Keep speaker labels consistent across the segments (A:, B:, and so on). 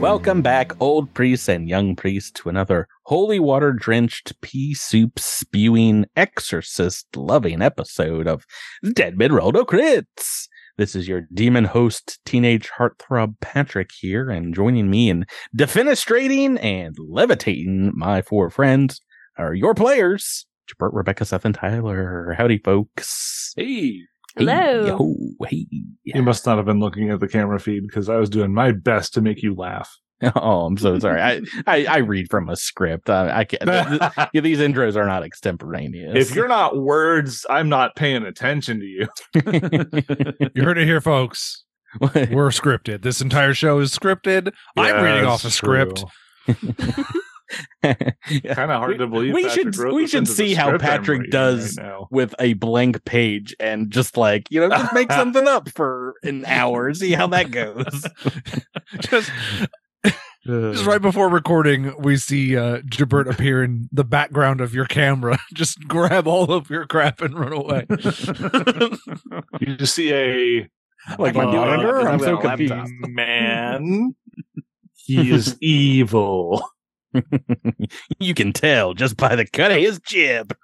A: Welcome back, old priests and young priests, to another holy water drenched, pea soup spewing, exorcist loving episode of Dead Men Rolled No Crits. This is your demon host, teenage heartthrob Patrick here, and joining me in defenestrating and levitating my four friends are your players, Bert, Rebecca, Seth, and Tyler. Howdy, folks.
B: Hey,
A: Hey,
C: Hello.
A: yo, hey.
B: you must not have been looking at the camera feed because I was doing my best to make you laugh.
A: Oh, I'm so sorry. I, I, I read from a script. I, I can't. th- th- yeah, these intros are not extemporaneous.
B: if you're not words, I'm not paying attention to you.
D: You heard it here, folks. We're scripted. This entire show is scripted. I'm reading off a script.
B: Kind of hard to believe.
A: We
B: Patrick
A: should
B: wrote
A: we
B: this
A: should
B: into the
A: see how
B: script I'm
A: Patrick
B: reading
A: does
B: right now.
A: with a blank page and just like you know just make something up for an hour, see how that goes.
D: just, just right before recording, we see uh, Jabert appear in the background of your camera. Just grab all of your crap and run away.
B: You just see a
A: like my
B: Uh,
A: monitor, I'm
B: with
A: so
B: a
A: confused.
B: laptop. Man, he is evil.
A: You can tell just by the cut of his jib.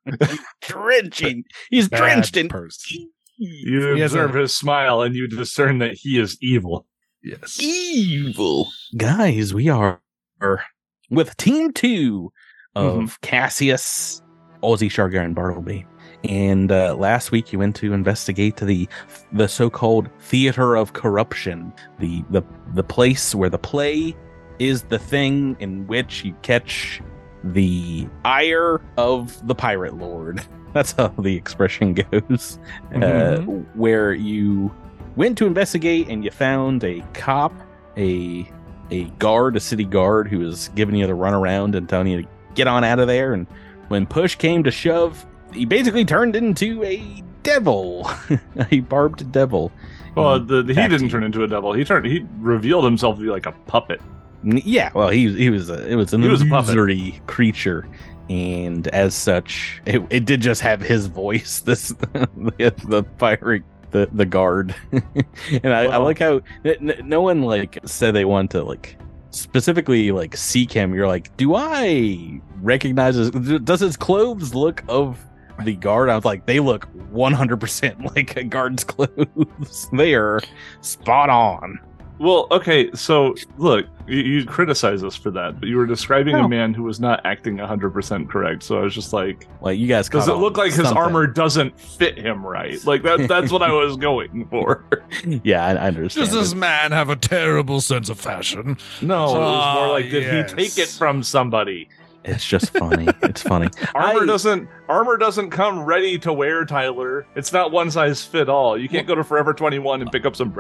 A: Drenching, he's
D: Bad
A: drenched in.
D: person.
B: You
D: He has a-
B: observe his smile and you discern that he is evil.
D: Yes.
A: evil. Guys, we are are with team two of Cassius, Ozzy, Shargar, and Bartleby. And uh, last week you went to investigate the the so-called theater of corruption, the the the place where the play is the thing in which you catch the ire of the pirate lord. That's how the expression goes. Uh, where you went to investigate and you found a cop, a a guard, a city guard who was giving you the runaround and telling you to get on out of there. And when push came to shove, he basically turned into a devil, a barbed devil.
B: Well, the, the, he
A: Back to
B: didn't
A: you.
B: turn into a devil. He turned. He revealed himself to be like a puppet.
A: N- Yeah, well, he he was a, it was an
B: He was a puppet.
A: illusory creature, and as such, it, it did just have his voice. This the, the pirate. The, the guard and I, I
B: Wow.
A: like how n- n- no one like said they want to like specifically like seek him you're like do i recognize his does his clothes look of the guard i was like they look 100% like a guard's clothes they are spot on
B: Well, okay, so look, you, you criticize us for that, but you were describing
A: No.
B: a man who was not acting 100% correct. So I was just like,
A: like you guys
B: does
A: caught
B: it
A: on
B: look like his
A: something.
B: armor doesn't fit him right? Like that that's what I was going for.
A: yeah, I, I understand.
D: Does this man have a terrible sense of fashion?
B: No, it was more
D: Ah,
B: like did
D: yes.
B: he take it from somebody?
A: it's just funny. It's funny.
B: Armor
A: I-
B: doesn't armor doesn't come ready to wear, Tyler. It's not one size fit all. You can't go to Forever 21 and pick up some
D: Oh,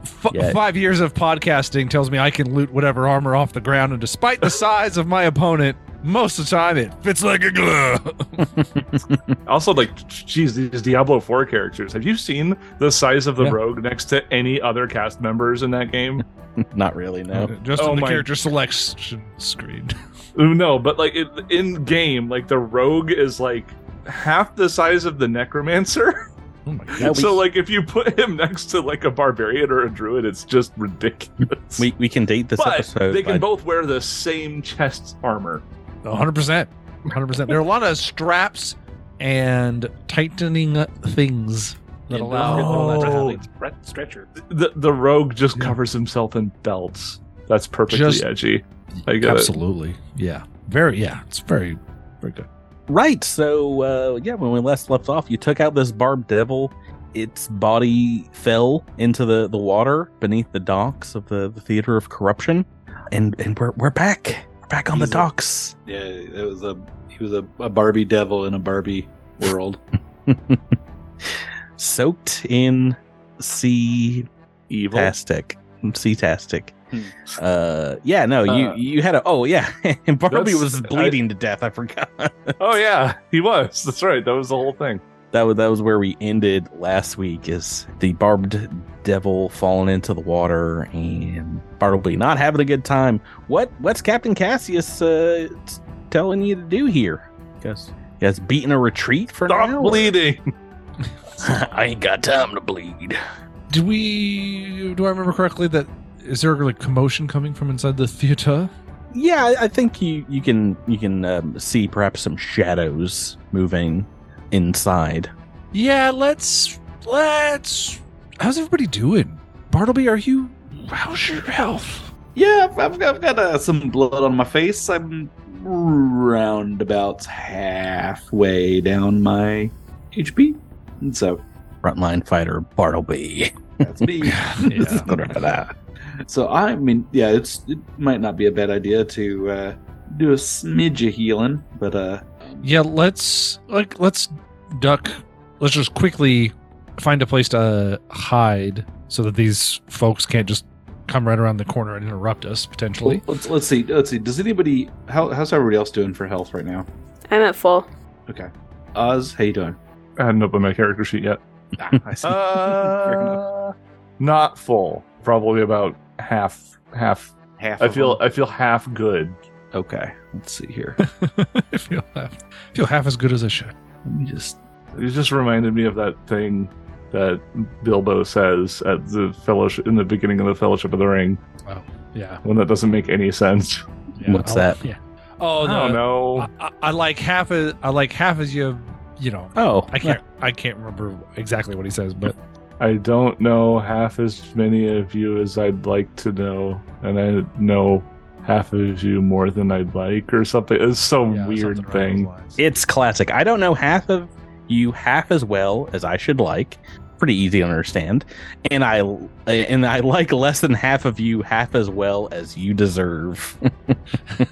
B: breastplate.
D: f-
A: Yeah.
D: five years of podcasting tells me I can loot whatever armor off the ground, and despite the size of my opponent, most of the time it fits like a glove.
B: Also like geez, these Diablo 4 characters. Have you seen the size of the
D: Yeah.
B: rogue next to any other cast members in that game?
A: Not really. No.
D: Just
B: Oh
D: on the
B: my-
D: character selection screen.
B: Ooh, No, but like it, in game, like the rogue is like half the size of the necromancer.
D: Oh my
A: No, we,
B: so like if you put him next to like a barbarian or a druid, it's just ridiculous.
A: we uh, we can date this
B: but
A: episode.
B: they can
A: by-
B: both wear the same chest armor.
D: 100%. 100%. There are a lot of straps and tightening things that allow Oh. all that to happen.
E: stretcher.
B: The the rogue just
D: Yeah.
B: covers himself in belts. That's perfectly
D: Just-
B: edgy. I get it.
D: Absolutely. Yeah. Very, yeah. It's very, very good.
A: Right. So uh, yeah, when we last left off, you took out this barbed devil. Its body fell into the, the water beneath the docks of the, the theater of corruption, and and we're we're back. We're back on the
E: He's a-
A: docks.
E: Yeah, it was a he was a, a Barbie devil in a Barbie world.
A: Soaked in sea
B: Evil.
A: tastic, sea tastic.
E: Hmm.
A: Uh, yeah, no,
B: Uh,
A: you you had a oh yeah, and Barbie
B: that's-
A: was
B: I-
A: bleeding to death. I forgot.
B: Oh yeah, he was. That's right. That was the whole thing.
A: that was that was where we ended last week is the barbed devil falling into the water and Bartleby not having a good time. What what's Captain Cassius uh, t- telling you to do here? Guess guess beating a retreat for
B: Stop
A: now.
B: bleeding.
A: I ain't got time to bleed.
D: Do we, do I remember correctly that is there like commotion coming from inside the theater?
A: Yeah, I- I think you you can you can um, see perhaps some shadows moving inside.
D: Yeah, let's let's. How's everybody doing? Bartleby, are you? How's your health?
F: Yeah, I've, I've, I've got uh, some blood on my face. I'm roundabouts halfway down my HP. And so
A: Frontline fighter Bartleby.
F: that's me.
A: Yeah.
F: so I mean, yeah, it's it might not be a bad idea to uh, do a smidge of healing, but uh,
D: Yeah, let's like let's duck. Let's just quickly find a place to hide so that these folks can't just come right around the corner and interrupt us
A: Oh.
D: potentially.
F: let's let's see, let's see. Does anybody how how's everybody else doing for health right now?
C: I'm at full.
F: Oz, how you doing? Ah,
B: I hadn't opened my character sheet yet.
F: I see.
B: Uh, not full. Probably about half. Half.
F: half.
B: I
F: of
B: feel.
F: them.
B: I feel half good.
F: okay. Let's see here.
D: I feel half, I feel half as good as I should.
F: Let me just
B: It just reminded me of that thing that Bilbo says at the fellowship in the beginning of the Fellowship of the Ring.
D: Yeah.
B: One that doesn't make any sense.
D: yeah
A: What's
D: I'll-
A: that?
D: Yeah. Oh,
B: I
D: no.
B: don't know.
D: I, I, I like half as I like half as you. You know,
A: Oh,
D: I can't I can't remember exactly what he says, but
B: I don't know half as many of you as I'd like to know, and I know half of you more than I'd like, or something. It's some
D: yeah, something
B: weird
D: around
B: thing.
D: those lines.
A: It's classic. I don't know half of you half as well as I should like. Pretty easy to understand. And I and I like less than half of you half as well as you deserve.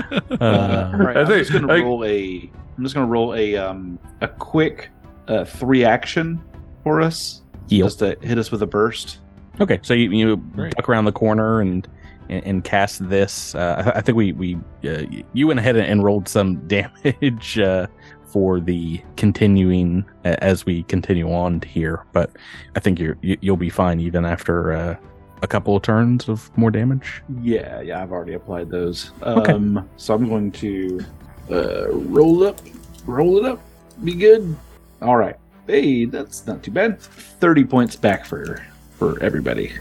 F: Uh,
A: uh,
F: all right,
B: I
F: I'm
B: think-
F: just gonna
B: I-
F: roll a. I'm just gonna roll a um a quick uh, three action for us,
A: yield.
F: just to hit us with a burst.
A: Okay, so you, you
D: Great.
A: duck around the corner and and, and cast this. Uh, I, I think we we uh, you went ahead and rolled some damage uh, for the continuing a- as we continue on here, but I think you're you, you'll be fine even after uh, a couple of turns of more damage.
F: Yeah, yeah, I've already applied those.
A: Okay.
F: Um, so I'm going to uh, roll up, roll it up, be good. All right, hey, that's not too bad. Thirty points back for for everybody.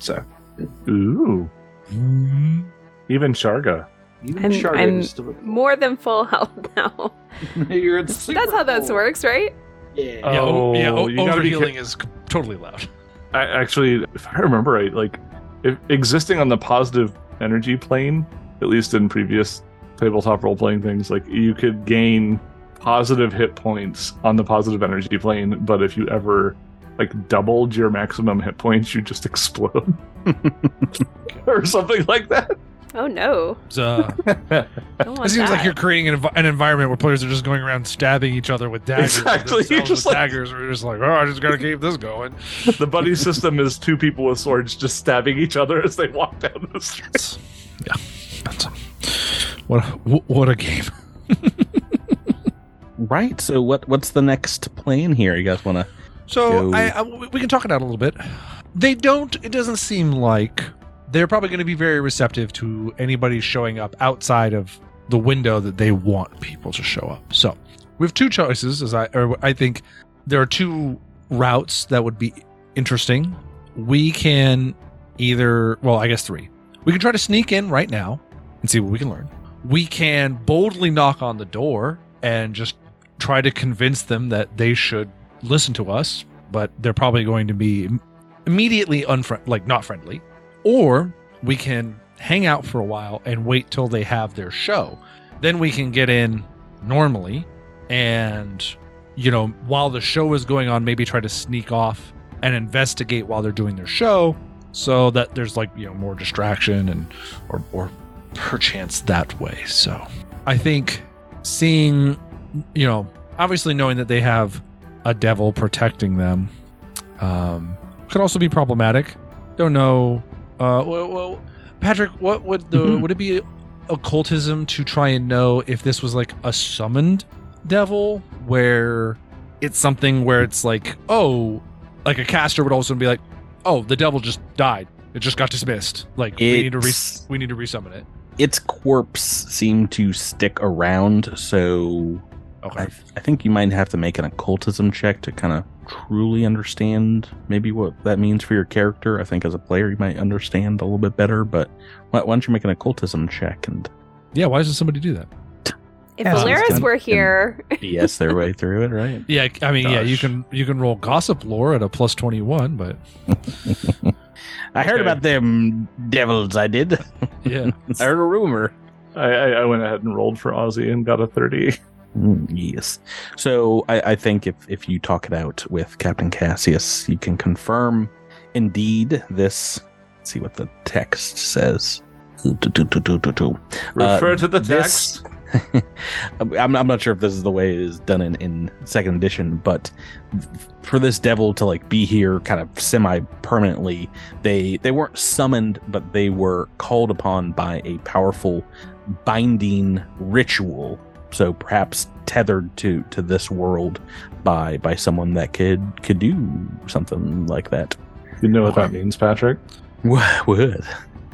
F: So
B: Ooh, Mm-hmm. even Sharga.
F: even
C: I'm-
F: Sharga
C: I'm-
F: is still-
C: More than full health now.
F: you're at
C: That's how this
F: super-
C: works, right?
F: Yeah.
B: Uh,
D: yeah, o- yeah,
B: Oh,
D: o-
B: you gotta be
D: overhealing is c- totally loud.
B: I actually, if I remember right, like if existing on the positive energy plane, at least in previous tabletop role playing things, like you could gain positive hit points on the positive energy plane, but if you ever like doubled your maximum hit points, you just explode or something like that.
C: Oh no.
D: So,
C: Don't want
D: it seems
C: that.
D: like you're creating an, env- an environment where players are just going around stabbing each other with daggers. and
B: Exactly,
D: themselves
B: you're
D: with
B: just like-
D: daggers. We're just like, oh, I just gotta keep this going.
B: the buddy system is two people with swords just stabbing each other as they walk down the street.
D: Yeah, that's what a, wh- what a game.
A: Right. So what what's the next plan here? You guys want to?
D: So
A: Go.
D: I, I- we we can talk it out a little bit. They don't. It doesn't seem like they're probably going to be very receptive to anybody showing up outside of the window that they want people to show up. So we have two choices. As I, or I think there are two routes that would be interesting. We can either, well, I guess three. We can try to sneak in right now and see what we can learn. We can boldly knock on the door and just try to convince them that they should listen to us, but they're probably going to be im- immediately unfriend like not friendly. Or we can hang out for a while and wait till they have their show. Then we can get in normally and you know, while the show is going on, maybe try to sneak off and investigate while they're doing their show so that there's like, you know, more distraction and or or perchance that way. So I think seeing you know, obviously knowing that they have a devil protecting them um, could also be problematic. Don't know. Uh, well, well, Patrick, what would the
A: Mhm.
D: would it be occultism to try and know if this was like a summoned devil, where it's something where it's like, oh, like a caster would also be like, oh, the devil just died. It just got dismissed. Like we need to re-
A: It's-
D: we need to resummon it.
A: Its corpse seem to stick around, so I, I think you might have to make an occultism check to kind of truly understand maybe what that means for your character. I think as a player, you might understand a little bit better. But why, why don't you make an occultism check and
D: Yeah, why doesn't somebody do that?
C: If
A: Yeah, sounds
C: Valeris
A: good.
C: were here,
A: BS their way through it, right?
D: Yeah, I mean, yeah, you
A: Gosh.
D: can you can roll gossip lore at a plus twenty one, but
A: I heard
B: Okay.
A: about them devils. I did.
D: yeah,
A: I heard a rumor.
B: I, I, I went ahead and rolled for Aussie and got a 30.
A: Mm, yes. So I, I think if, if you talk it out with Captain Cassius, you can confirm indeed this. Let's see what the text says.
B: Refer to the
A: This-
B: text.
A: I'm, I'm not sure if this is the way it is done in, in second edition, but for this devil to like be here kind of semi permanently, they they weren't summoned, but they were called upon by a powerful binding ritual. So perhaps tethered to to this world by by someone that could could do something like that.
B: You know what that means, Patrick?
A: What? what?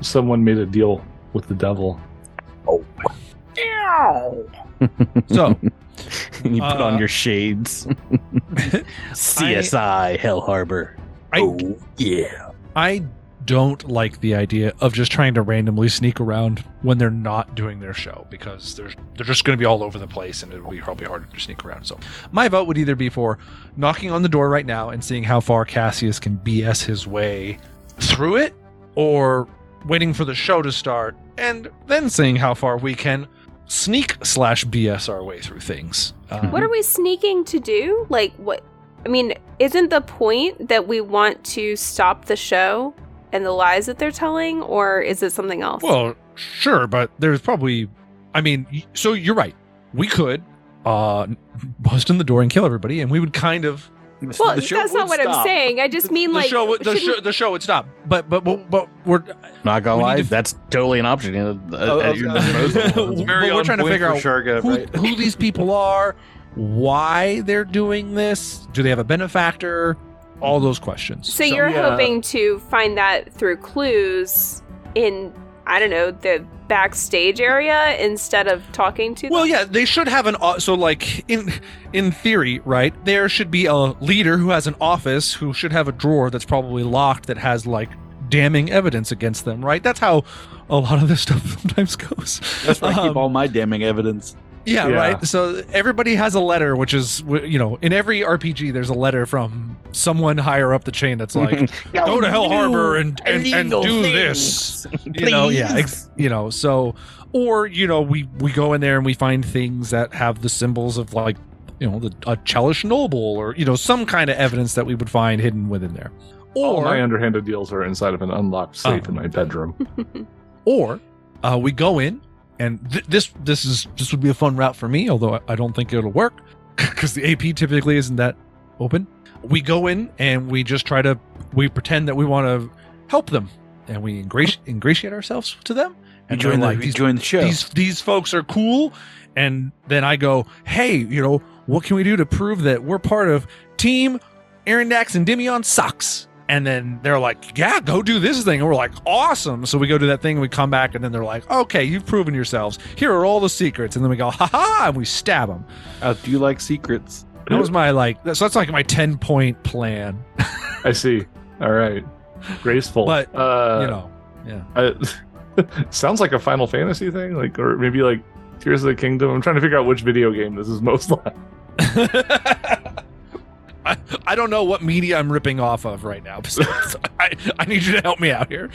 B: Someone made a deal with the devil.
D: So-
A: you put
D: Uh,
A: on your shades. CSI Hell Harbor.
D: I
A: oh yeah.
D: I don't like the idea of just trying to randomly sneak around when they're not doing their show because they're they're just going to be all over the place and it'll be probably harder to sneak around. So my vote would either be for knocking on the door right now and seeing how far Cassius can BS his way through it, or waiting for the show to start and then seeing how far we can sneak slash BS our way through things. Um,
C: what are we sneaking to do? Like, what? I mean, isn't the point that we want to stop the show and the lies that they're telling, or is it something else?
D: Well, sure, but there's probably, I mean, y- so you're right. We could uh bust in the door and kill everybody, and we would kind of
C: Well, that's not what I'm saying. I just mean
D: the
C: like
D: show. would- The
C: shouldn't-
D: show, the show would stop. But but but, but we're
A: Not gonna
D: We need
A: lie,
D: to-
A: that's totally an option uh,
E: Oh,
A: uh, at your disposal.
D: It's very But we're on trying to point figure for out
E: Sharga,
D: who, who these people are, why they're doing this. Do they have a benefactor? All those questions.
C: So you're
B: yeah.
C: hoping to find that through clues in I don't know the backstage area instead of talking to
D: Well,
C: them?
D: yeah, they should have an o- so like in in theory, right? There should be a leader who has an office who should have a drawer that's probably locked that has like damning evidence against them, right? That's how a lot of this stuff sometimes goes.
E: That's where I keep
D: Um,
E: all my damning evidence.
D: yeah,
B: Yeah.
D: right. So everybody has a letter, which is w- you know in every RPG there's a letter from someone higher up the chain that's like go to Hell Harbor and and, and do this you know yeah ex- you know so or you know we we go in there and we find things that have the symbols of like you know the a chelish noble or you know some kind of evidence that we would find hidden within there
B: All
D: or
B: Oh, my underhanded deals are inside of an unlocked safe
D: Oh.
B: in my bedroom.
D: or uh, we go in and th- this this is this would be a fun route for me although i, I don't think it'll work because the ap typically isn't that open we go in and we just try to we pretend that we want to help them and we ingrati- ingratiate ourselves to them
E: You
D: and they're
E: join the,
D: like
E: you
D: these
E: join the show.
D: these these folks are cool and then i go hey you know what can we do to prove that we're part of team aaron dax and demion sucks and then they're like yeah go do this thing and we're like awesome so we go do that thing and we come back and then they're like okay you've proven yourselves here are all the secrets and then we go ha ha and we stab them
E: Uh, do you like secrets?
D: that was my like so that's like my 10 point plan
B: I see. All right. Graceful.
D: But,
B: uh,
D: you know
B: I, sounds like a Final Fantasy thing, like or maybe like Tears of the Kingdom. I'm trying to figure out which video game this is most like.
D: I, I don't know what media I'm ripping off of right now. So I, I need you to help me out here.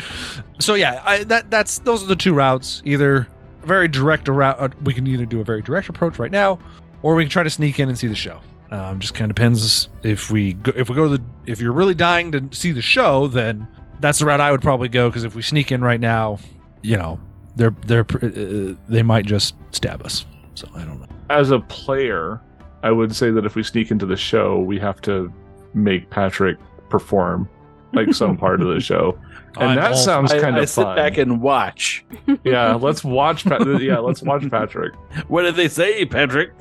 D: So yeah, I, that that's those are the two routes. Either very direct route. uh, We can either do a very direct approach right now, or we can try to sneak in and see the show. Um, just kind of depends if we go, if we go to the if you're really dying to see the show, then that's the route I would probably go because if we sneak in right now, you know they're they're pr- uh, they might just stab us. So I don't know.
B: As a player, I would say that if we sneak into the show, we have to make Patrick perform like some part of the show. And
D: I'm
B: that
D: all-
B: sounds
E: I,
B: kind
E: I
B: of
E: sit
B: fun.
E: back and watch.
B: yeah, let's watch. Pat- yeah, let's watch Patrick.
E: What did they say, Patrick?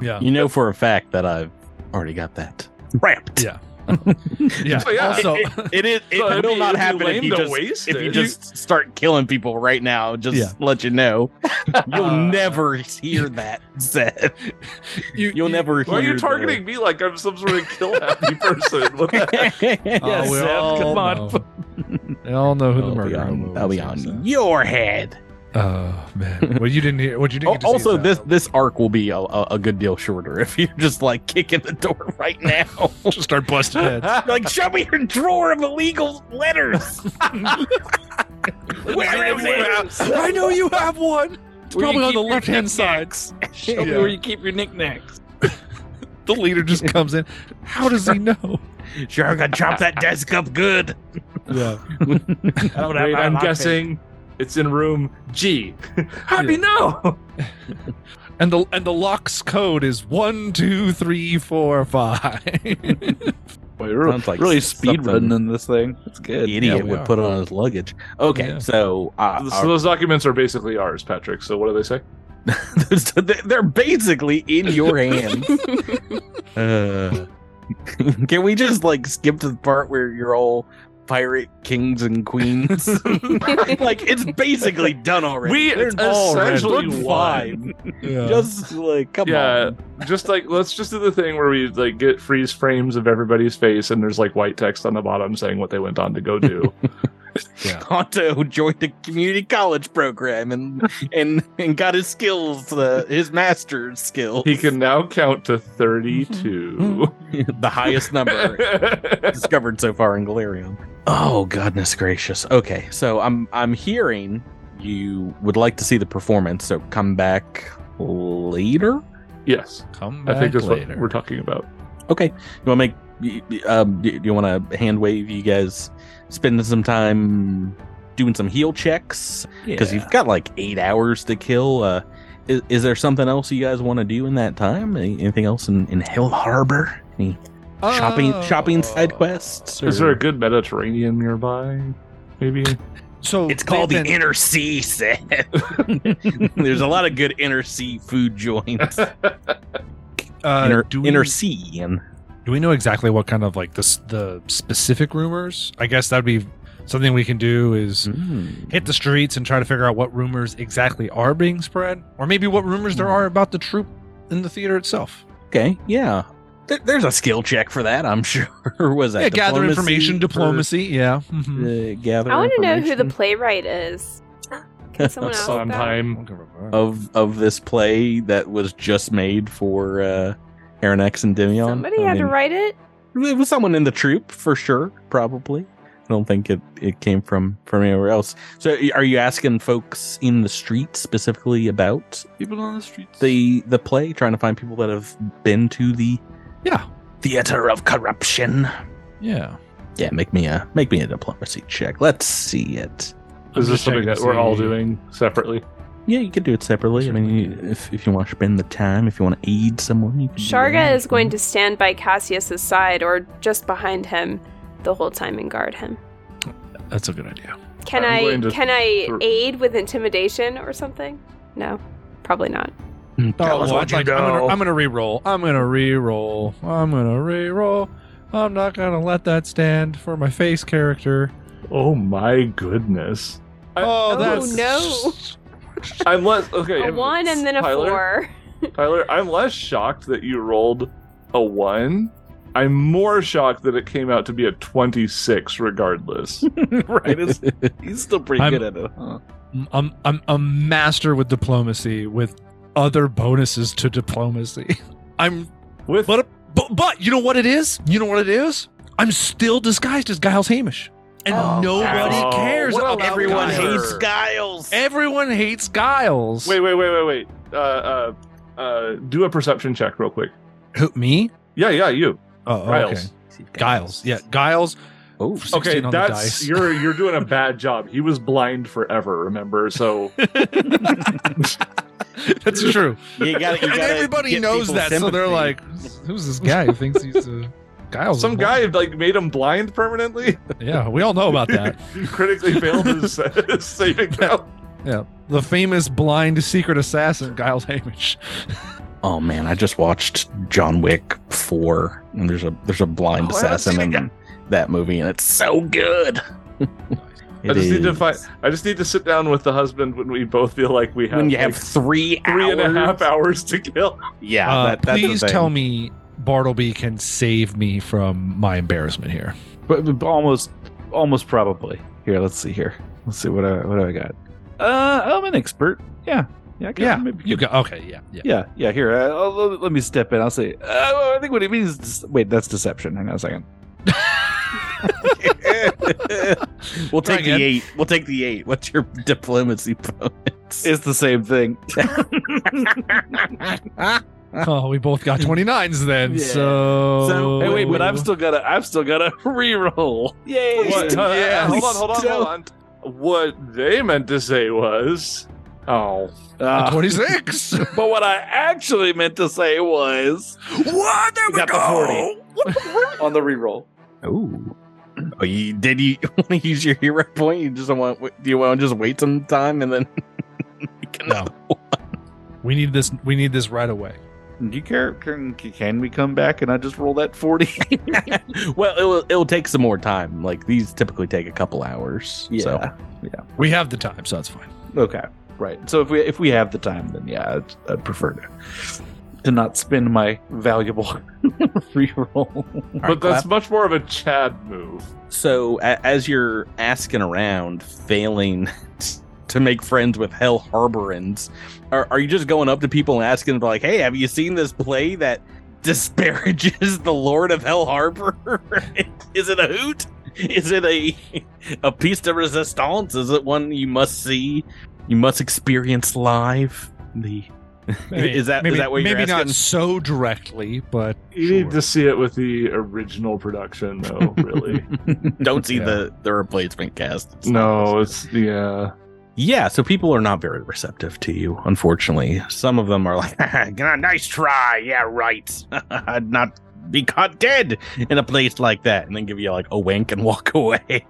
D: yeah.
A: You know for a fact that I've already got that. Wrapped.
D: Yeah. Yeah.
B: So, yeah.
D: Also,
A: it is. It
B: So, I
A: will
B: mean,
A: not
B: it'd be
A: happen if
B: lame
A: you
B: to
A: just
B: waste
A: if you
B: it.
A: just start killing people right now. Just
D: Yeah.
A: let you know, you'll
D: Uh,
A: never hear that said.
D: you,
A: You'll never.
B: Why are
A: hear
B: you
A: the-
B: targeting me like I'm some sort of kill happy person? What the heck?
A: Yes,
D: Oh, we
A: Seth,
D: all
A: come on.
D: know. we all know who the
A: That'll be
D: murderer
A: on-
D: was,
A: that'll be
D: so
A: on
D: sad.
A: your head.
D: Oh man! Well, you didn't hear. What you
A: Al-
D: didn't. get to see is
A: also,
D: that.
A: this this arc will be a, a, a good deal shorter if you're just like kicking the door right now.
D: just start busting heads.
A: like, show me your drawer of illegal letters. Where is it?
D: I know you have one. It's
F: Where you
D: probably on the
F: keep your
D: left hand side.
F: knickknacks. Show me
D: Yeah.
F: where you keep your knickknacks.
D: The leader just comes in. How does he know?
A: Sure, I'm gonna chop that desk up good.
D: Yeah.
A: I don't
B: Wait, I'm guessing it's in room G. How do you know?
D: And the and the lock's code is one two three four five.
E: Boy, we're
A: Sounds like
E: really
A: something-
E: speed running this thing. That's good.
A: Idiot
D: Yeah, we
A: would
D: are.
A: put on his luggage. Okay,
D: Yeah.
A: so uh,
B: So
A: uh,
B: those documents are basically ours, Patrick. So what do they say?
A: uh, so they- they're basically in your hands. Uh, can we just like skip to the part where you're all pirate kings and queens? like it's basically done already.
B: We
A: They're
B: essentially
A: book
B: won.
D: Yeah.
A: Just like come
B: Yeah,
A: on.
B: just like let's just do the thing where we like get freeze frames of everybody's face, and there's like white text on the bottom saying what they went on to go do.
A: Kanto joined the community college program and and and got his skills, uh, his master's skills.
B: he can now count to thirty-two.
A: the highest number discovered so far in Galerium. Oh goodness gracious. Okay, so I'm I'm hearing you would like to see the performance, so come back later.
B: yes,
D: Come
B: I
D: back
B: think that's
D: later.
B: what we're talking about.
A: Okay, you want to make y- y- um, y- you want to hand wave you guys spending some time doing some heal checks because you've got like eight hours to kill. Uh, is, is there something else you guys want to do in that time? Any- Anything else in, in Hell Harbor? Any shopping shopping side
D: Oh.
A: quests?
B: Oh. Is there
A: or-
B: a good Mediterranean nearby? Maybe.
D: So
A: It's called
D: they've
A: the
D: been-
A: Inner Sea, Seth. There's a lot of good Inner Sea food joints.
D: uh,
A: inner
D: do we-
A: inner Sea, and
D: Do we know exactly what kind of like the s- the specific rumors? I guess that'd be something we can do is hit the streets and try to figure out what rumors exactly are being spread, or maybe what rumors there are about the troupe in the theater itself.
A: okay, yeah. There, there's a skill check for that, I'm sure. Was that
D: yeah, gather
A: diplomacy
D: information,
A: or-
D: diplomacy. Yeah.
A: Uh,
D: Mhm.
A: gather.
C: I want to know who the
A: information
C: playwright is. Can someone else? that?
B: Sondheim.
A: of of this play that was just made for uh, Aaron X and Demion.
C: Somebody
A: I
C: had to
A: mean,
C: write it.
A: It was someone in the troupe for sure, probably. I don't think it, it came from from anywhere else. So, y- are you asking folks in the street specifically about
E: People on the streets.
A: the the play, trying to find people that have been to the
D: Yeah.
A: theater of corruption?
D: Yeah.
A: Yeah, make me a make me a diplomacy check. Let's see it.
D: I'm
B: Is this
D: just
B: something
D: checking
B: that
D: to
B: we're all
D: see-
B: doing separately?
A: Yeah, you could do it separately. I mean, you- if if you want to spend the time, if you want to aid someone, you can do
C: Sharga
A: that.
C: is going to stand by Cassius's side or just behind him the whole time and guard him.
D: That's a good idea.
C: Can
B: I'm
C: i
B: going to
C: can I
B: thr-
C: aid with intimidation or something? No, probably not.
A: Tell us
D: Oh, well,
A: what you
D: I'm gonna-
A: know.
D: I'm gonna re-roll. I'm gonna re-roll. I'm gonna re-roll. I'm not gonna let that stand for my face character.
B: Oh my goodness! I-
D: oh,
C: Oh,
D: that's
C: no.
B: I'm less okay.
C: A
B: I'm-
C: one and then a
B: Tyler?
C: four.
B: Tyler, I'm less shocked that you rolled a one. I'm more shocked that it came out to be a 26, regardless.
E: right. It's, he's still pretty
D: I'm-
E: good at it. Huh?
D: I'm I'm a master with diplomacy with other bonuses to diplomacy. I'm
B: With
D: but, but but you know what it is? You know what it is? I'm still disguised as Giles Hamish. And
A: Oh,
D: nobody
B: wow.
D: cares
B: What
D: about
B: about
A: Everyone
B: Guile.
A: hates Giles.
D: Everyone hates Giles.
B: wait, wait, wait, wait, wait. Uh, uh, uh, do a perception check real quick.
D: Who, me?
B: Yeah, yeah, you.
D: Oh,
B: Giles.
D: okay. Giles. Yeah, Giles.
A: Oh,
D: 16
B: Okay,
D: on the
B: that's
D: dice.
B: you're you're doing a bad job. He was blind forever, remember? So
D: that's true.
A: you got
D: and everybody knows that, so they're like, who's this guy who thinks he's a Giles? is
B: some
D: blind?"
B: guy like made him blind permanently.
D: Yeah, we all know about that.
B: Critically failed his, his saving throw.
D: The famous blind secret assassin, Giles Hamish.
A: Oh man, I just watched John Wick four, and there's a there's a blind
B: Oh, I haven't
A: assassin
B: seen it
A: in that movie, and it's so good.
B: I just need to
A: is.
B: find. I just need to sit down with the husband when we both feel like we have
A: when you
B: like,
A: have three
B: three
A: hours.
B: and a half hours to kill.
A: Yeah,
D: Uh,
A: that, that's the
D: please
A: thing.
D: tell me Bartleby can save me from my embarrassment here.
E: But, but almost, almost probably. Here, let's see here. Let's see what I what do I got. Uh, I'm an expert. Yeah, yeah, I can,
D: Yeah,
E: maybe
D: You go. Okay. Yeah. Yeah.
E: Yeah, yeah. Here, uh, I'll- let- let me step in. I'll say. Uh, well, I think what he means. Is, wait, that's deception. Hang on a second.
A: we'll
D: Try
A: take
D: again.
A: the eight. We'll take the eight. What's your diplomacy bonus?
E: It's the same thing.
D: Oh, we both got 29s then.
E: Yeah.
D: So. Uh,
A: So-
E: Hey, wait, but I've still got to. I've still got to reroll. Yay!
B: What?
E: What?
B: uh,
A: Yes.
B: Hold on, hold on, hold on. What they meant to say was, oh,
D: A
E: Ah,
D: 26.
E: but what I actually meant to say was
A: what? There
E: we got the forty on the reroll.
A: Ooh. Oh, you, did you want to use your hero point? You just want? Do you want to just wait some time and then? make another one?
D: we need this. We need this right away.
E: Do you care? Can, can we come back and I just roll that forty?
A: well, it'll it'll take some more time. Like these typically take a couple hours. So
D: We have the time, so that's fine.
E: Okay. Right. So if we if we have the time, then yeah, I'd, I'd prefer to to not spend my valuable reroll.
B: but that's much more of a Chad move.
A: So a- as you're asking around, failing to make friends with Hell Harborans, are, are you just going up to people and asking them like, "Hey, have you seen this play that disparages the Lord of Hell Harbor? Is it a hoot? Is it a a piece de resistance? Is it one you must see? You must experience live?" The is that is that what you're
D: maybe
A: asking?
D: not so directly, but
B: You
D: Sure.
B: need to see it with the original production, though. Really,
A: Don't see
D: Yeah.
A: the the replacement cast. It's not-
B: no, it's yeah.
A: Yeah, so people are not very receptive to you, unfortunately. Some of them are like, nice try. Yeah, right. I'd not be caught dead in a place like that. And then give you like a wink and walk away.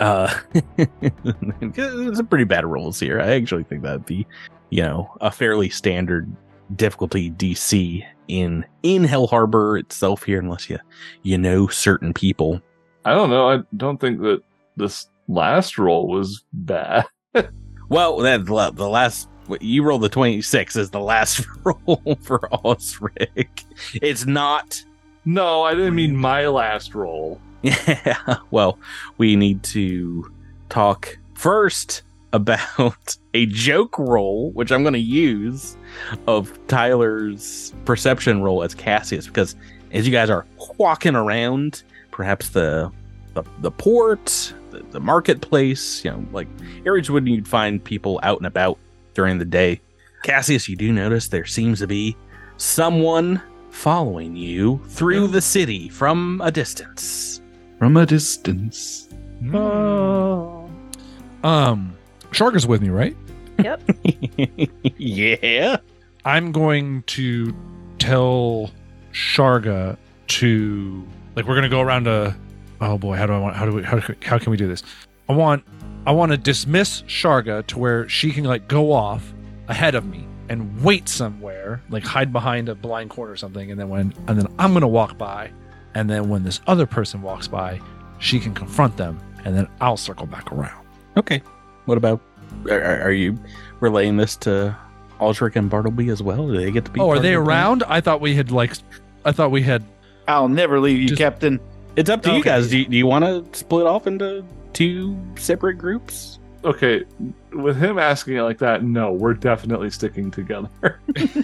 A: uh, it's a pretty bad rules here. I actually think that'd be, you know, a fairly standard difficulty DC in in Hell Harbor itself here, unless you you know certain people.
B: I don't know. I don't think that this last roll was bad.
A: Well, that the the last you roll the twenty six is the last roll for Osric. It's not.
B: No, I didn't mean my last roll.
A: Yeah. Well, we need to talk first about a joke roll, which I'm going to use of Tyler's perception roll as Cassius, because as you guys are walking around, perhaps the the, the port, the, the marketplace, you know, like areas where you'd find people out and about during the day. Cassius, you do notice there seems to be someone following you through the city from a distance.
E: From a distance.
A: Uh.
D: um, Shark is with me, right?
A: yeah.
D: I'm going to tell Sharga to like we're gonna go around to oh boy how do I want how do we how, how can we do this I want I want to dismiss Sharga to where she can like go off ahead of me and wait somewhere like hide behind a blind corner or something and then when and then I'm gonna walk by and then when this other person walks by she can confront them and then I'll circle back around
A: Okay. What about are, are are you relaying this to Aldrich and Bartleby as well? Do they get to be?
D: oh
A: part
D: are
A: of
D: they
A: the plan?
D: around I thought we had like I thought we had
E: I'll never leave you,
D: Just-
E: Captain.
A: It's up to you
D: Okay.
A: guys. Do you, do you want to split off into two separate groups?
B: Okay, with him asking it like that, no, we're definitely sticking together.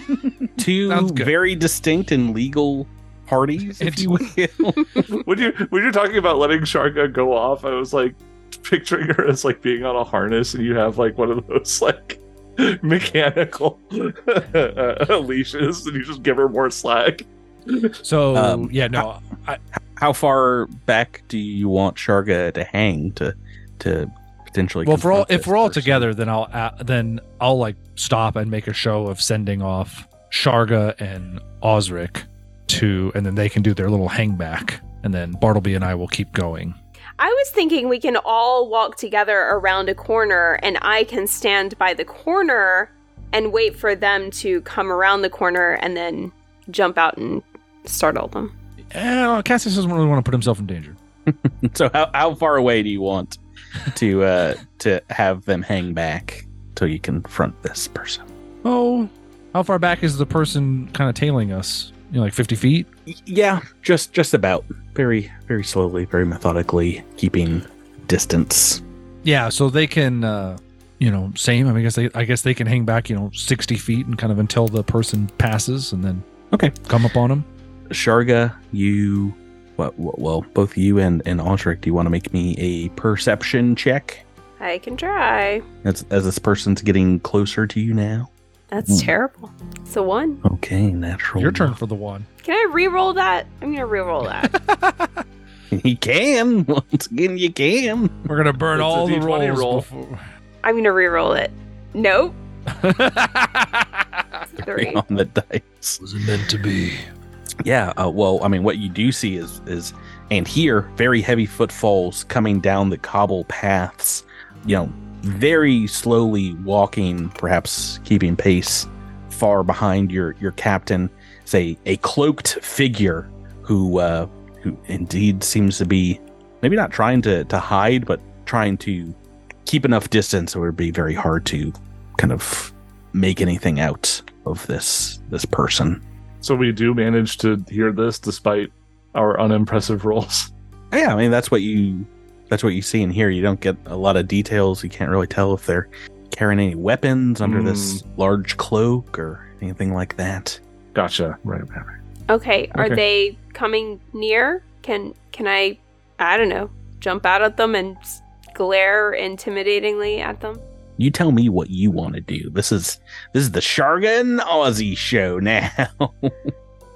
A: Two
D: Sounds good.
A: very distinct and legal parties, if
D: It's-
A: you will.
B: when you when you're talking about letting Sharka go off, I was like picturing her as like being on a harness, and you have like one of those like mechanical uh, leashes, and you just give her more slack.
D: so
A: Um,
D: yeah no
A: How far back do you want Sharga to hang to to potentially?
D: well, if we're all
A: confront
D: if
A: this
D: we're all
A: person?
D: together, then I'll a then I'll like stop and make a show of sending off Sharga and Osric to, and then they can do their little hangback, and then Bartleby and I will keep going.
C: I was thinking we can all walk together around a corner and I can stand by the corner and wait for them to come around the corner and then jump out and startle them.
D: Eh, Cassius doesn't really want to put himself in danger.
A: So how, how far away do you want to uh to have them hang back till you confront this person?
D: Oh, how far back is the person kind of tailing us? You know, like 50 feet?
A: Y- Yeah, just just about. Very very slowly, very methodically, keeping distance.
D: Yeah, so they can, uh, you know, same. I mean, I guess they, I guess they can hang back, you know, 60 feet and kind of until the person passes and then
A: Okay.
D: come up on him.
A: Sharga, you what, what well, both you and and Aldrich, do you want to make me a perception check?
C: I can try.
A: As as this person's getting closer to you now.
C: That's
A: Hmm.
C: terrible. It's a one.
A: Okay, natural.
D: Your turn for the one.
C: Can I re-roll that? I'm gonna re-roll that.
A: He can. Once again, you can.
D: We're going to burn
B: It's a
D: all the
B: D20
D: rolls.
B: roll.
D: before-
C: I'm gonna re-roll it. Nope. Three.
A: on the dice.
D: Was it meant to be?
A: Yeah. Uh, well, I mean, what you do see is is and hear very heavy footfalls coming down the cobble paths. You know, very slowly walking, perhaps keeping pace, far behind your your captain. Say a cloaked figure who uh, who indeed seems to be maybe not trying to to hide, but trying to keep enough distance so it would be very hard to kind of make anything out of this this person.
B: So we do manage to hear this despite our unimpressive rolls.
A: Yeah, I mean that's what you that's what you see and hear. You don't get a lot of details. You can't really tell if they're carrying any weapons under this
C: Hmm.
A: large cloak or anything like that.
B: Gotcha. Right. right, right.
C: Okay. Are
B: Okay.
C: they coming near? Can can I? I don't know. Jump out at them and s- glare intimidatingly at them.
A: You tell me what you want to do. This is this is the Sharga and Aussie show now.
C: All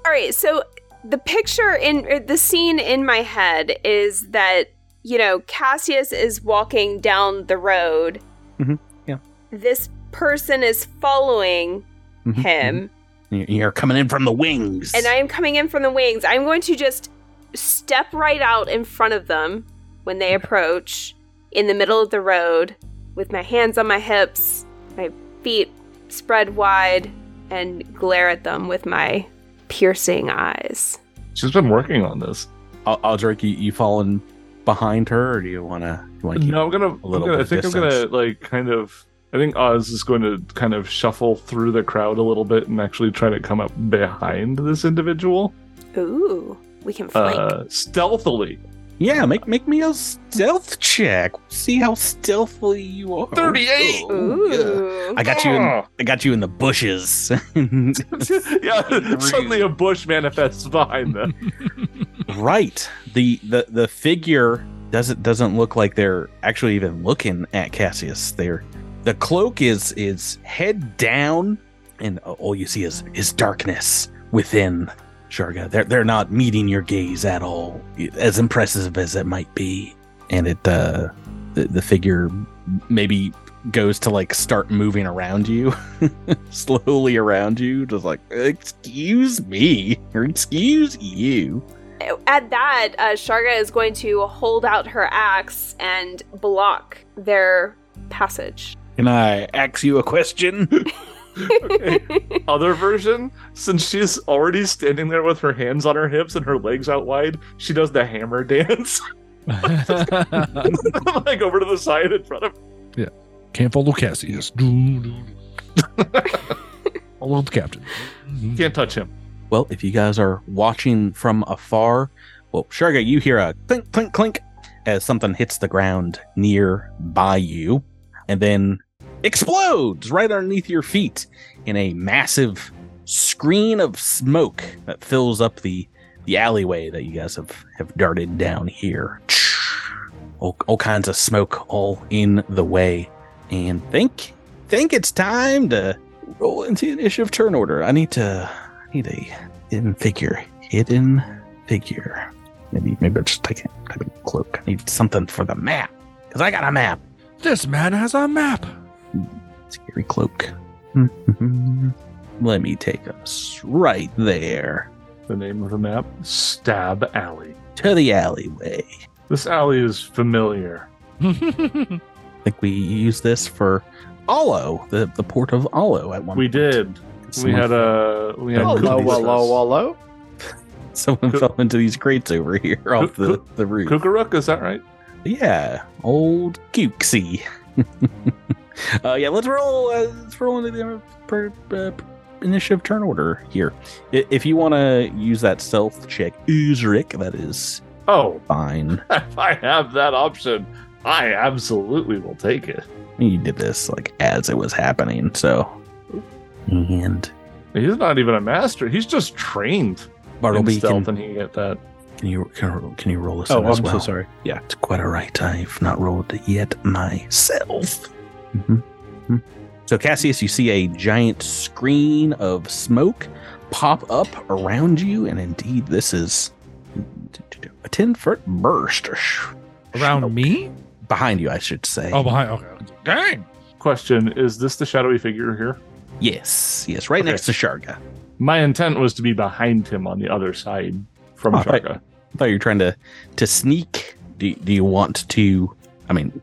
C: right, so the picture in or the scene in my head is that you know Cassius is walking down the road.
A: Mhm, yeah.
C: This person is following
A: Mm-hmm.
C: him,
A: You're- You're coming in from the wings.
C: and I am coming in from the wings. I'm going to just step right out in front of them when they approach in the middle of the road with my hands on my hips, my feet spread wide, and glare at them with my piercing eyes.
B: She's been working on this.
A: Al- Aldrich, you, you falling behind her, or do you want to? You want to?
B: No, I'm gonna. I'm
A: little bit
B: gonna- I
A: of
B: think I'm gonna
A: distance.
B: like kind of. I think Oz is going to kind of shuffle through the crowd a little bit and actually try to come up behind this individual
C: Ooh, we can flank.
B: uh, stealthily.
A: Yeah, make make me a stealth check. See how stealthily you are.
B: 38.
A: Ooh, yeah.
C: Ooh.
A: I got you. In, I got you in the bushes.
B: yeah, suddenly a bush manifests behind them.
A: right. The the the figure doesn't doesn't look like they're actually even looking at Cassius. They're the cloak is is head down, and all you see is is darkness within. Sharga, they're they're not meeting your gaze at all, as impressive as it might be. And it uh, the the figure maybe goes to like start moving around you, slowly around you, just like excuse me or excuse you.
C: At that, uh, Sharga is going to hold out her axe and block their passage.
A: Can I ask you a question?
B: Okay. Other version, since she's already standing there with her hands on her hips and her legs out wide, she does the hammer dance, like over to the side in front of.
D: Can't follow Cassius. Doo, doo, doo. Follow the captain.
B: Can't touch him.
A: well, if you guys are watching from afar, well, Sharga, you hear a clink, clink, clink as something hits the ground near by you and then explodes right underneath your feet in a massive screen of smoke that fills up the, the alleyway that you guys have, have darted down here. All, all kinds of smoke all in the way. And think think it's time to roll into initiative turn order. I need to need a hidden figure. Hidden figure. Maybe maybe I'll just take it. Type in cloak. I need something for the map. Because I got a map.
D: This man has a map.
A: Scary cloak. Let me take us right there.
B: The name of the map: Stab Alley.
A: To the alleyway.
B: This alley is familiar.
A: I think we use this for Olo, the, the port of Olo at one
B: We
A: point.
B: did. We
A: Someone
B: had
A: fell-
B: a we had
E: Oh,
A: Yeah,
F: Hello,
A: Hello,
B: cookies.
F: hello, hello.
A: someone
B: Coo-
A: fell into these crates over here off the, the roof.
B: Kukuruk, is that right?
A: Yeah, old Cukesy. uh, yeah, let's roll. Uh, let's roll into the uh, per, uh, initiative turn order here. I- If you want to use that stealth check, Uzrik, that is
B: Oh,
A: fine.
B: if I have that option, I absolutely will take it.
A: You did this like as it was happening, so. And
B: He's not even a master. He's just trained in
A: Bartleby,
B: stealth,
A: can,
B: and he get that.
A: can you can, can you roll us
E: Oh,
A: in
E: I'm
A: as well?
E: so sorry. Yeah.
A: It's quite all right. I've not rolled it yet myself. So, Cassius, you see a giant screen of smoke pop up around you, and indeed, this is a 10 foot burst or sh-
D: Around
A: smoke.
D: me?
A: behind you, I should say.
D: Oh, behind. Okay. Dang.
B: Question: Is this the shadowy figure here?
A: yes, yes, right
B: Okay.
A: next to Sharga.
B: My intent was to be behind him on the other side from
A: All right.
B: Sharka.
A: I thought you were trying to to sneak. Do, do you want to? I mean,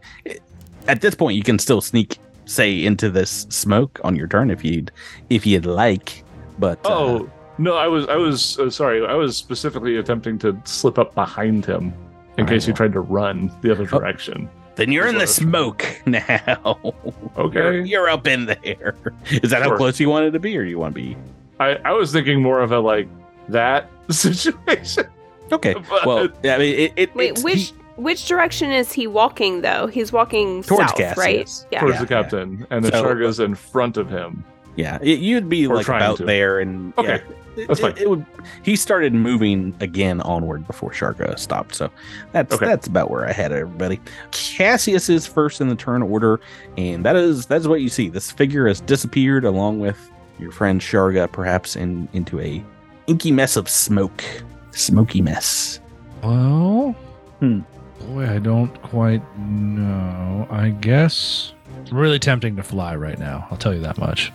A: at this point, you can still sneak, say, into this smoke on your turn if you'd if you'd like. But uh,
B: Oh no, I was I was uh, sorry. I was specifically attempting to slip up behind him in
A: Alright,
B: case he
A: well.
B: tried to run the other
A: Oh.
B: direction.
A: then you're in the
B: that's what I
A: smoke now. You're,
B: Okay,
A: you're up in there. Is that how
B: Sure.
A: close you wanted to be, or you want to be?
B: I, I was thinking more of a like that situation.
A: Okay.
B: But
A: Well, I mean, it. it
C: Wait,
A: it's-
C: which
A: he-
C: which direction is he walking though? He's walking
A: towards
C: south,
A: Cassius.
C: right? Yeah.
B: towards the captain, and the
A: So- uh,
B: Sharga's in front of him.
A: Yeah, it, you'd be
B: Or
A: like
B: trying
A: about
B: to.
A: there, and
B: Okay,
A: yeah,
B: that's
A: it,
B: fine.
A: It, would. He started moving again onward before Sharka stopped, so that's
B: Okay.
A: that's about where I had everybody. Cassius is first in the turn order, and that is that's what you see. This figure has disappeared along with your friend Sharga, perhaps in into a inky mess of smoke, smoky mess.
D: Well,
A: Hmm.
D: boy, I don't quite know. I guess it's really tempting to fly right now. I'll tell you that much.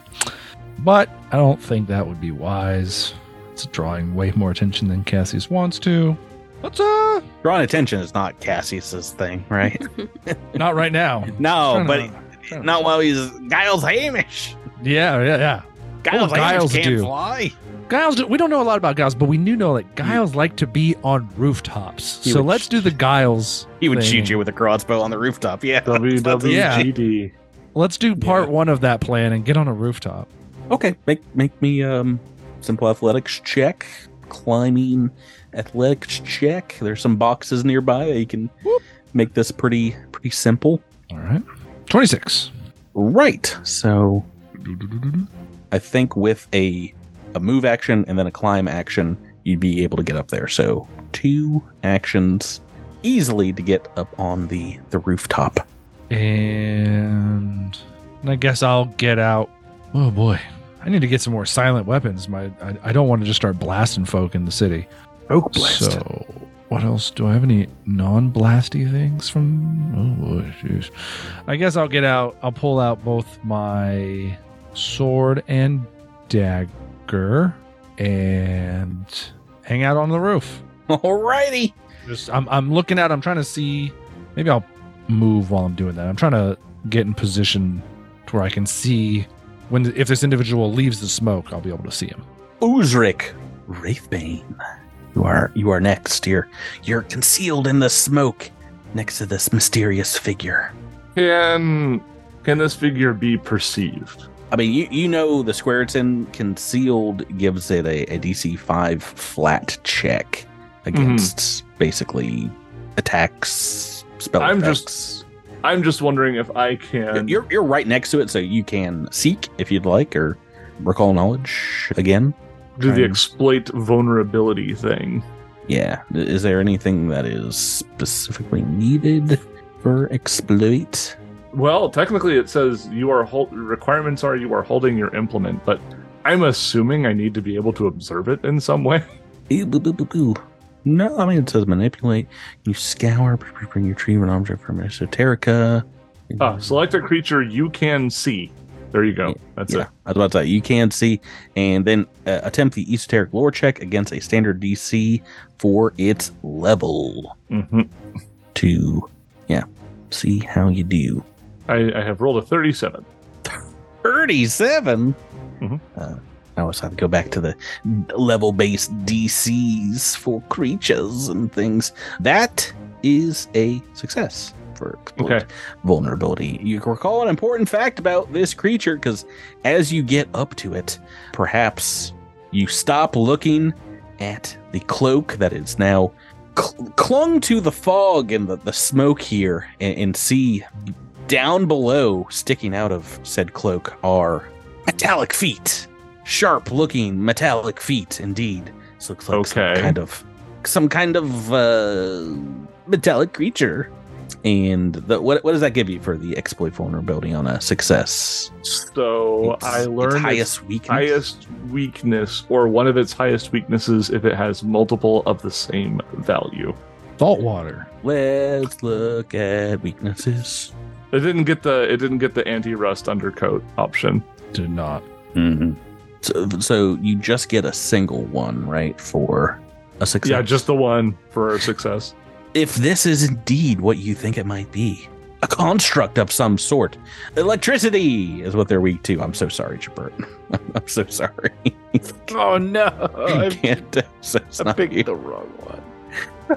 D: But I don't think that would be wise. It's drawing way more attention than Cassius wants to. Let's uh,
A: Drawing attention is not Cassius's thing, right?
D: not right now.
A: no,
D: Trying
A: but
D: to-
A: he-
D: trying to-
A: not while he's Giles Hamish.
D: Yeah, yeah, yeah.
A: Giles,
D: Giles
A: Hamish can't
D: do?
A: fly.
D: Giles, we don't know a lot about Giles, but we do know that Giles like to be on rooftops.
A: He
D: so
A: would
D: let's
A: sh-
D: do the Giles.
A: He would shoot
D: thing.
A: you with a crossbow on the rooftop. Yeah.
B: WWGD.
D: Let's do part
A: Yeah.
D: one of that plan and get on a rooftop.
A: Okay. Make make me um simple athletics check, climbing athletics check. There's some boxes nearby that you can make this pretty pretty simple.
D: All right, twenty-six.
A: Right. So I think with a a move action and then a climb action, you'd be able to get up there. So two actions easily to get up on the the rooftop.
D: And and I guess I'll get out. Oh boy, I need to get some more silent weapons. My I, I don't want to just start blasting folk in the city.
A: Oh,
D: So what else do I have? Any non-blasty things from? Oh boy, jeez. I guess I'll get out. I'll pull out both my sword and dagger and hang out on the roof.
A: Alrighty.
D: Just I'm I'm looking out. I'm trying to see. Maybe I'll move while I'm doing that. I'm trying to get in position to where I can see when if this individual leaves the smoke, I'll be able to see him.
A: Uzrik Wraithbane. You are you are next. You're you're concealed in the smoke next to this mysterious figure.
B: Can can this figure be perceived?
A: I mean you, you know the square it's in concealed gives it a, a DC five flat check against basically attacks spell.
B: I'm
A: effects.
B: I'm just wondering if I can.
A: you're you're right next to it, so you can seek if you'd like or recall knowledge again.
B: do the
A: trying-
B: exploit vulnerability thing.
A: Yeah. Is there anything that is specifically needed for exploit?
B: Well, technically, it says you are hol- requirements are you are holding your implement, but I'm assuming I need to be able to observe it in some way.
A: Ew, boo, boo, boo, boo. No, I mean it says manipulate. You scour, p- p- bring your tree an object from esoterica.
B: Ah, select a creature you can see. There you go. That's
A: yeah,
B: it.
A: I was about to say you can see, and then uh, attempt the esoteric lore check against a standard DC for its level
B: hmm
A: to, yeah, see how you do.
B: I, I have rolled a 37.
A: 37.
B: Mhm.
A: Uh, I always have to go back to the level based DCs for creatures and things. That is a success for exploit
B: Okay.
A: vulnerability. You can recall an important fact about this creature because as you get up to it, perhaps you stop looking at the cloak that is now cl- clung to the fog and the, the smoke here and, and see down below, sticking out of said cloak, are metallic feet. Sharp looking metallic feet, indeed. This looks like
B: Okay.
A: some kind of some kind of uh, metallic creature. And the, what what does that give you for the exploit vulnerability on a success?
B: So
A: Its-
B: I
A: its
B: learned its
A: highest weakness.
B: highest weakness, or one of its highest weaknesses, if it has multiple of the same value.
D: Salt water.
A: Let's look at weaknesses.
B: It didn't get the it didn't get the anti rust undercoat option.
D: Did not.
A: Mm-hmm. So, so you just get a single one, right? For a success.
B: Yeah, just the one for success.
A: if this is indeed what you think it might be a construct of some sort electricity is what they're weak to i'm so sorry Jabert. i'm so sorry
E: Oh no!
A: Uh, i
E: I
A: can't I'm so sorry.
E: picked the wrong one.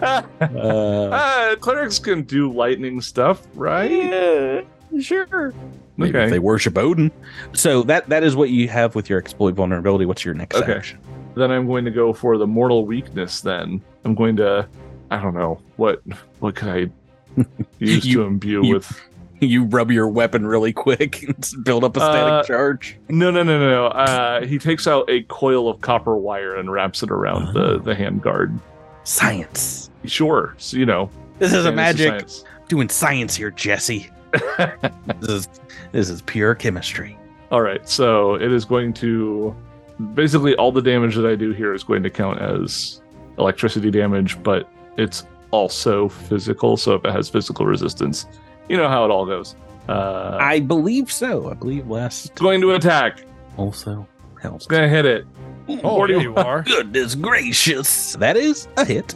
A: Uh,
B: Uh, clerics can do lightning stuff, right?
E: Yeah, sure.
A: maybe if
B: Okay.
A: they worship odin so that that is what you have with your exploit vulnerability what's your next
B: Okay.
A: action
B: Then I'm going to go for the mortal weakness. Then I'm going to, I don't know what what could I use
A: You-
B: to imbue
A: you-
B: with.
A: you rub your weapon really quick and build up a static
B: Uh,
A: charge
B: No, no, no, no. no. Uh, he takes out a coil of copper wire and wraps it around
D: Ah.
B: the the hand guard.
A: science
B: Sure, so, you know
A: this is a
B: fantasy
A: magic
B: science.
A: doing science here jesse this is this is pure chemistry
B: All right, so it is going to basically all the damage that I do here is going to count as electricity damage, but it's also physical. So if it has physical resistance, you know how it all goes. Uh,
A: i believe so i believe last
B: it's going to attack.
A: also helps.
B: It's going to hit it.
D: Oh,
B: Forty-
D: there you are.
A: Goodness gracious. That is a hit.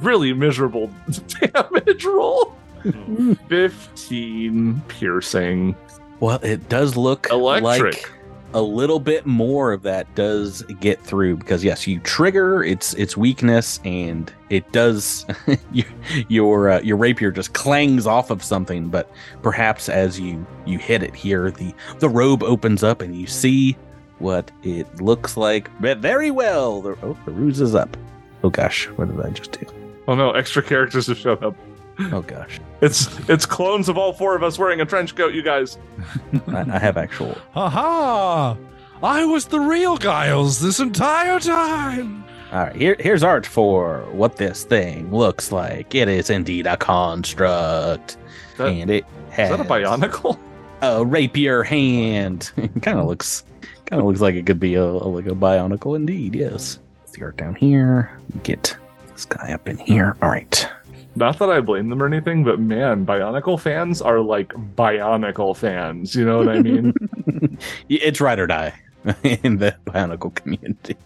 B: Really miserable damage roll.
A: Hmm.
B: Fifteen piercing.
A: Well, it does look
B: Electric.
A: like a little bit more of that does get through because yes, you trigger its its weakness and it does your your, uh, your rapier just clangs off of something, but perhaps as you you hit it here, the the robe opens up and you see what it looks like. But very well, the, oh, the ruse is up. Oh gosh, what did I just do?
B: Oh no! Extra characters have shown up.
A: Oh gosh,
B: It's it's clones of all four of us wearing a trench coat. You guys.
A: I, I have actual
D: Aha! I was the real Giles this entire time.
A: All right, here, here's art for what this thing looks like. It is indeed a construct,
B: That-
A: and it
B: Is
A: has
B: that a bionicle?
A: a rapier hand. kind of looks, kind of looks like it could be a, a- like a bionicle indeed. Yes, Let's the art down here. Get this guy up in here. All right,
B: Not that I blame them or anything, but man, Bionicle fans are like Bionicle fans. You know what I mean?
A: it's ride or die in the bionicle community.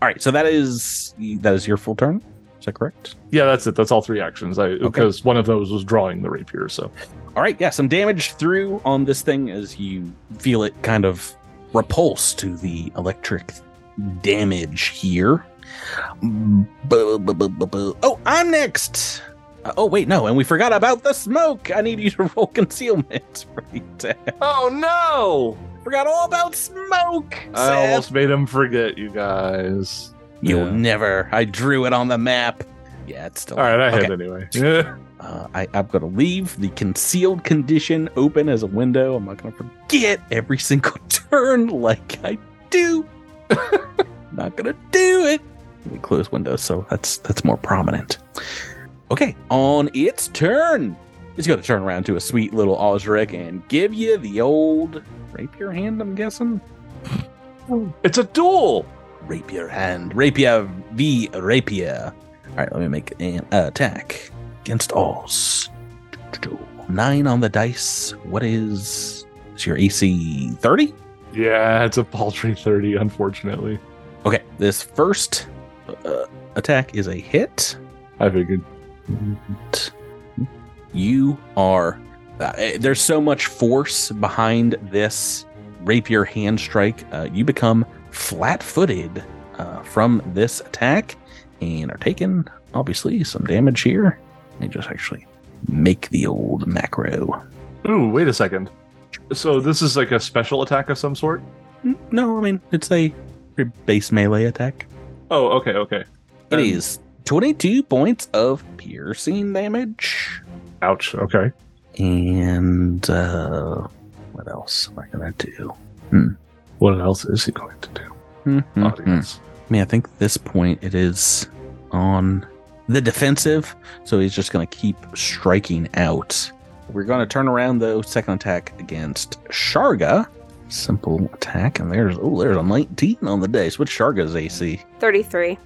A: All right, so that is that is your full turn. Is that correct?
B: yeah, that's it. That's all three actions. I because one of those was drawing the rapier. So
A: All right, yeah, some damage through on this thing as you feel it kind of repulse to the electric damage here. Bu- bu- bu- bu- bu- Oh, I'm next. Uh, oh wait, no, and we forgot about the smoke. I need you to roll concealment right there.
B: oh no!
A: Forgot all about smoke.
B: I
A: Seth.
B: almost made him forget, you guys.
A: You'll
B: Yeah.
A: never. I drew it on the map. Yeah, it's still
B: All right, I hit
A: Okay.
B: anyway.
A: Uh, I, I'm going to leave the concealed condition open as a window. I'm not going to forget every single turn like I do. not going to do it. We close windows, so that's that's more prominent. Okay, on its turn, it's going to turn around to a sweet little Osric and give you the old rapier hand. I'm guessing
B: it's a duel.
A: rapier hand, rapier v rapier. All right, let me make an attack against alls. Nine on the dice. What is, is your AC? Thirty.
B: Yeah, it's a paltry thirty, unfortunately.
A: Okay, this first uh, attack is a hit.
B: I figured.
A: You are. Uh, eh, there's so much force behind this rapier hand strike, uh, you become flat footed uh, from this attack and are taking, obviously, some damage here. Let me just actually make the old macro.
B: Ooh, wait a second. So this is like a special attack of some sort?
A: N- Mm, No, I mean, it's a your base melee attack.
B: Oh, okay, okay.
A: It
B: Um,
A: is 22 points of piercing damage.
B: Ouch. Okay.
A: And uh, what else am I going to do?
B: What else is he going to do? Mm-hmm.
A: Mhm.
B: Audience.
A: I mean, I think at this point it is on the defensive, so he's just going to keep striking out. We're going to turn around though. Second attack against Sharga. Simple attack, and there's oh, there's a 19 on the dice. What's Sharga's AC?
C: 33.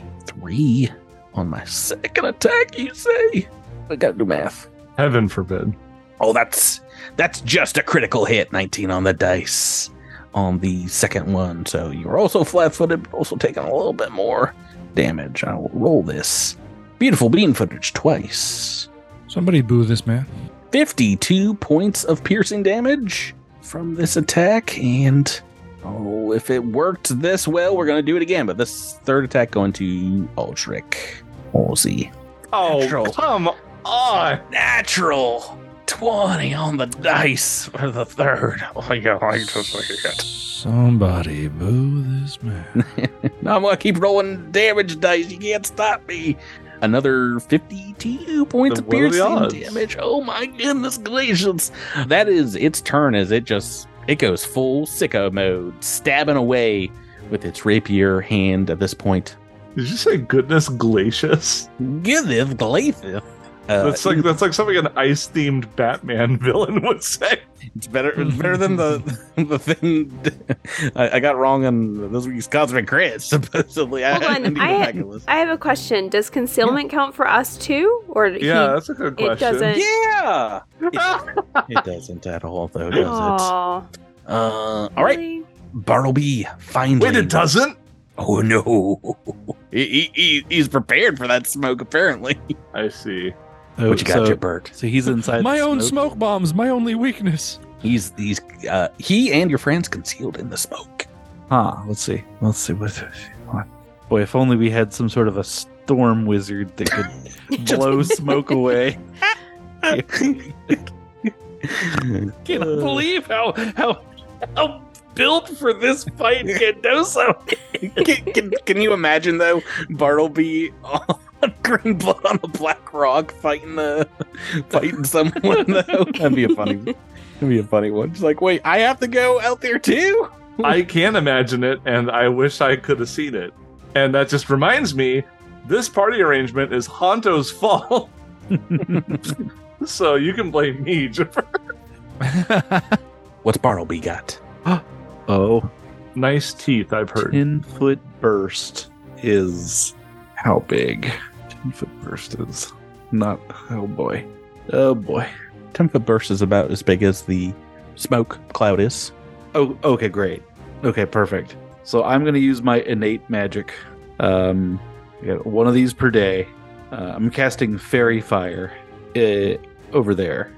A: 33 on my second attack. You say? I got to do math.
B: Heaven forbid.
A: Oh, that's that's just a critical hit. 19 on the dice on the second one. So you're also flat-footed, but also taking a little bit more damage. I will roll this beautiful bean footage twice.
D: Somebody boo this man.
A: 52 points of piercing damage from this attack, and oh, if it worked this well, we're gonna do it again. But this third attack going to Ultrich. Aussie.
B: Oh,
A: Natural.
B: come on.
A: Natural 20 on the dice for the third. Oh yeah, I just like it.
D: Somebody boo this man.
A: No, I'm gonna keep rolling damage dice. You can't stop me. Another 52 points
B: Then
A: of
B: what are the
A: piercing
B: odds?
A: damage. Oh my goodness, Galatians. That is its turn as it just it goes full sicko mode, stabbing away with its rapier hand at this point.
B: Did you say goodness glacius?
A: Giveth Glathith. Uh,
B: that's like that's like something an ice themed Batman villain would say.
A: It's better. It's better than the the thing I, I got wrong on this week's cosmic crit. Supposedly,
C: Hold on,
A: need to go
C: I-
A: and listen.
C: I have a question. Does concealment count for us too? Or he-
B: Yeah, that's a good
C: it
B: question.
C: doesn't-
A: Yeah, it doesn't at all, though, does it?
C: Aw,
A: Uh, all right,
C: really?
A: Bartleby, finally.
B: Wait, it doesn't?
A: Oh no, he, he, he, he's prepared for that smoke apparently.
B: I see.
F: Oh,
A: what you got,
F: so,
A: your bird?
F: so he's inside
D: my
F: the
D: own
F: smoke.
D: smoke bombs, my only weakness.
A: He's he's uh, he and your friends concealed in the smoke.
F: Huh, let's see. Let's see what hold on. Boy, if only we had some sort of a storm wizard that could blow smoke away.
A: Can I
F: believe how how how built for this fight Gendoso.
A: can, can, can you imagine though Bartleby on green blood on a black rock fighting uh, fighting someone though? That'd be a funny that'd be a funny one. Just like, wait, I have to go out there too?
B: I can imagine it, and I wish I could have seen it. And that just reminds me, this party arrangement is Honto's fault. so you can blame me. Jafar.
A: What's Bartleby got?
F: Oh,
B: nice teeth, I've heard.
F: 10 foot burst is how big? 10 foot burst is not. Oh boy. Oh boy.
A: Ten foot burst is about as big as the smoke cloud is.
F: Oh, okay, great. Okay, perfect. So I'm going to use my innate magic. Um, I got one of these per day. Uh, I'm casting fairy fire uh, over there.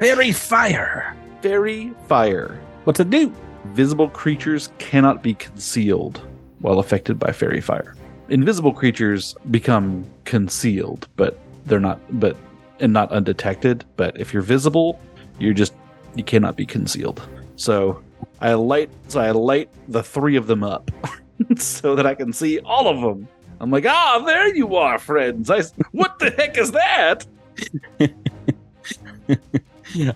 A: Fairy fire.
F: Fairy fire.
A: What's it do?
F: Visible creatures cannot be concealed while affected by fairy fire. Invisible creatures become concealed, but they're not, but and not undetected. But if you're visible, you're just you cannot be concealed. So I light, so I light the three of them up, so that I can see all of them. I'm like, ah, there you are, friends. I s- what the heck is that?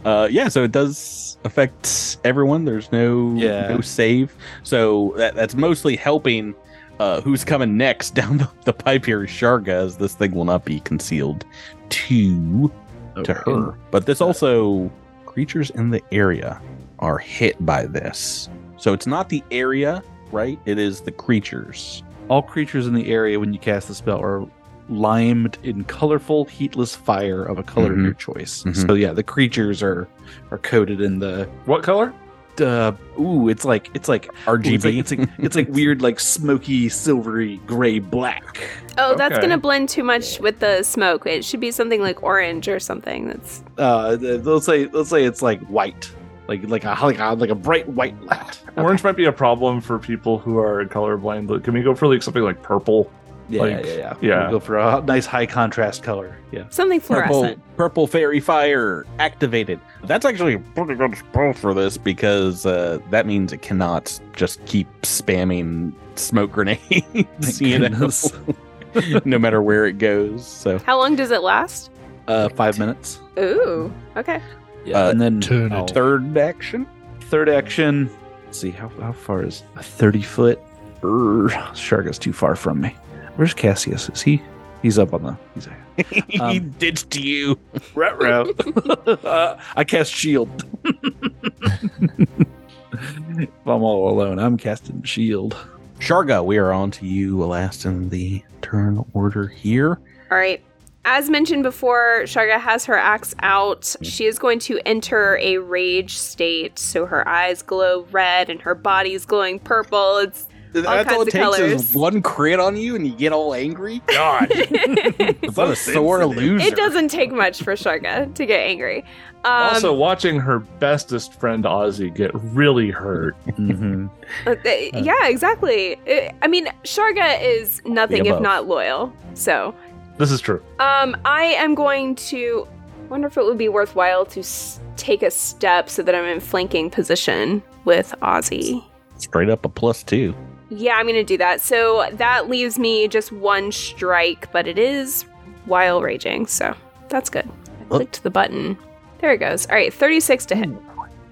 A: Uh, yeah, so it does affect everyone. There's no
F: Yeah.
A: no save, so that, that's mostly helping. Uh, who's coming next down the, the pipe here is Sharga, as this thing will not be concealed to to
B: Mm.
A: her. But
F: Uh,
A: this also creatures in the area are hit by this, so it's not the area, right? It is the creatures.
F: All creatures in the area when you cast the spell are limed in colorful, heatless fire of a color of
A: Mhm.
F: your choice.
A: Mhm.
F: So yeah, the creatures are are coated in the
B: What color?
F: uh, ooh, it's like it's like ooh, it's like
A: RGB.
F: it's like, it's like weird, like smoky, silvery, gray, black.
C: Oh, that's
B: Okay.
C: going to blend too much with the smoke. It should be something like orange or something. That's
F: Uh, th- let's say let's say it's like white. like like a like a like a bright white light.
B: Orange might be a problem for people who are colorblind, but can we go for like something like purple?
F: Yeah,
B: Like,
F: yeah, yeah.
B: yeah.
F: We'll go for a nice high contrast color. Yeah.
C: Something
A: Purple,
C: fluorescent.
A: purple fairy fire activated. That's actually a pretty good spell for this because uh, that means it cannot just keep spamming smoke grenades, you know,
F: Goodness.
A: no matter where it goes. So
C: How long does it last?
F: Uh, five minutes.
C: Ooh. Okay.
F: Yeah.
A: Uh,
F: and then
D: turn
F: I'll-
D: it.
A: third action.
F: Third action. Let's see how how far is a thirty foot? Err, shark is too far from me. Where's Cassius? Is he? He's up on the. He's
A: he
F: Um,
A: ditched you.
F: Retro. uh, I cast shield. if I'm all alone, I'm casting shield.
A: Sharga, we are on to you, last in the turn order here.
C: All right. As mentioned before, Shaga has her axe out. She is going to enter a rage state, so her eyes glow red and her body's glowing purple. It's
A: That's all it takes
C: kinds of
A: is
C: colors.
A: one crit on you and you get all angry. God,
C: it
A: what a sore loser.
C: doesn't take much for Shaga to get angry. Um,
B: also, watching her bestest friend Ozzy get really hurt.
F: Mm-hmm.
C: Uh, th- yeah, exactly. Uh, I I mean, Sharga is nothing if
A: above.
C: not loyal. So,
B: This is true.
C: um, I am going to wonder if it would be worthwhile to s- take a step so that I'm in flanking position with Ozzy.
A: Straight up a plus two.
C: Yeah, I'm going to do that. So that leaves me just one strike, but it is while raging, so that's good. I
A: Oh.
C: clicked the button. There it goes. All right, 36 to hit.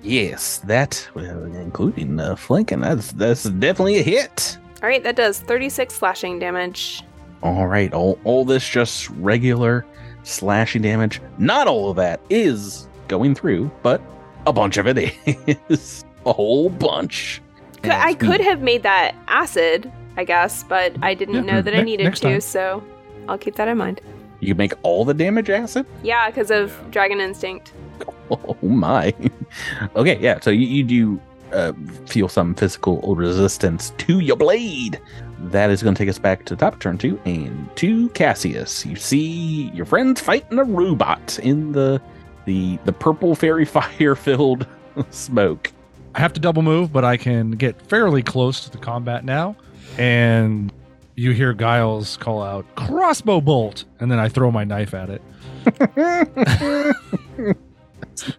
A: Yes, that well, including uh, flanking. That's that's definitely a hit.
C: All right, that does 36 slashing damage.
A: All right, all all this just regular slashing damage. Not all of that is going through, but a bunch of it is a whole bunch.
C: Could- I could have made that acid, I guess, but I didn't
D: Yeah.
C: know that I
D: Ne-
C: needed
D: next
C: to,
D: time.
C: so I'll keep that in mind.
A: You can make all the damage acid.
C: Yeah, because of Dragon Instinct.
A: Oh my. Okay, yeah. So you, you do uh, feel some physical resistance to your blade. That is going to take us back to the top of turn two and to Cassius. You see your friends fighting a robot in the the the purple fairy fire filled smoke.
D: I have to double move, but I can get fairly close to the combat now. And you hear Giles call out crossbow bolt, and then I throw my knife at it.
A: That's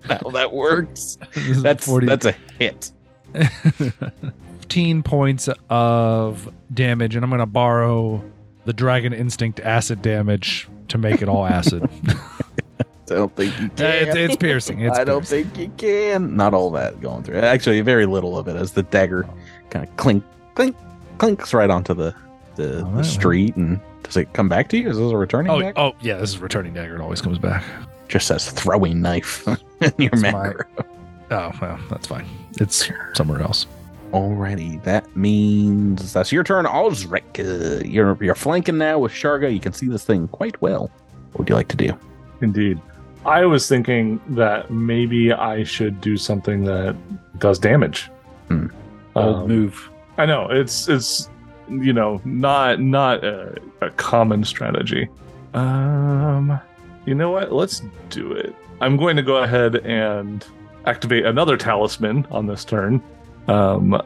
A: how that works.
D: This is
A: That's
D: 40
A: that's a hit.
D: 15 points of damage, and I'm going to borrow the Dragon Instinct acid damage to make it all acid.
A: I don't think you can.
D: Uh, it's, it's piercing. It's
A: I don't
D: piercing.
A: think you can. Not all that going through. Actually, very little of it as the dagger kind of clink, clink, clinks right onto the the,
D: All
A: the
D: right.
A: street. And does it come back to you? Is this a returning
D: Oh,
A: dagger?
D: oh, yeah, this is returning dagger. It always comes back.
A: Just says throwing knife in your
D: That's my-
A: macro.
D: Oh, well, that's fine. It's somewhere else.
A: Alrighty, that means that's your turn, Osric. Uh, you're you're flanking now with Sharga. You can see this thing quite well. What would you like to do?
B: Indeed. I was thinking that maybe I should do something that does damage.
A: Hmm.
F: Old
B: Um,
F: move.
B: I know it's it's you know not not a, a common strategy. Um, you know what? Let's do it. I'm going to go ahead and activate another talisman on this turn. Um, I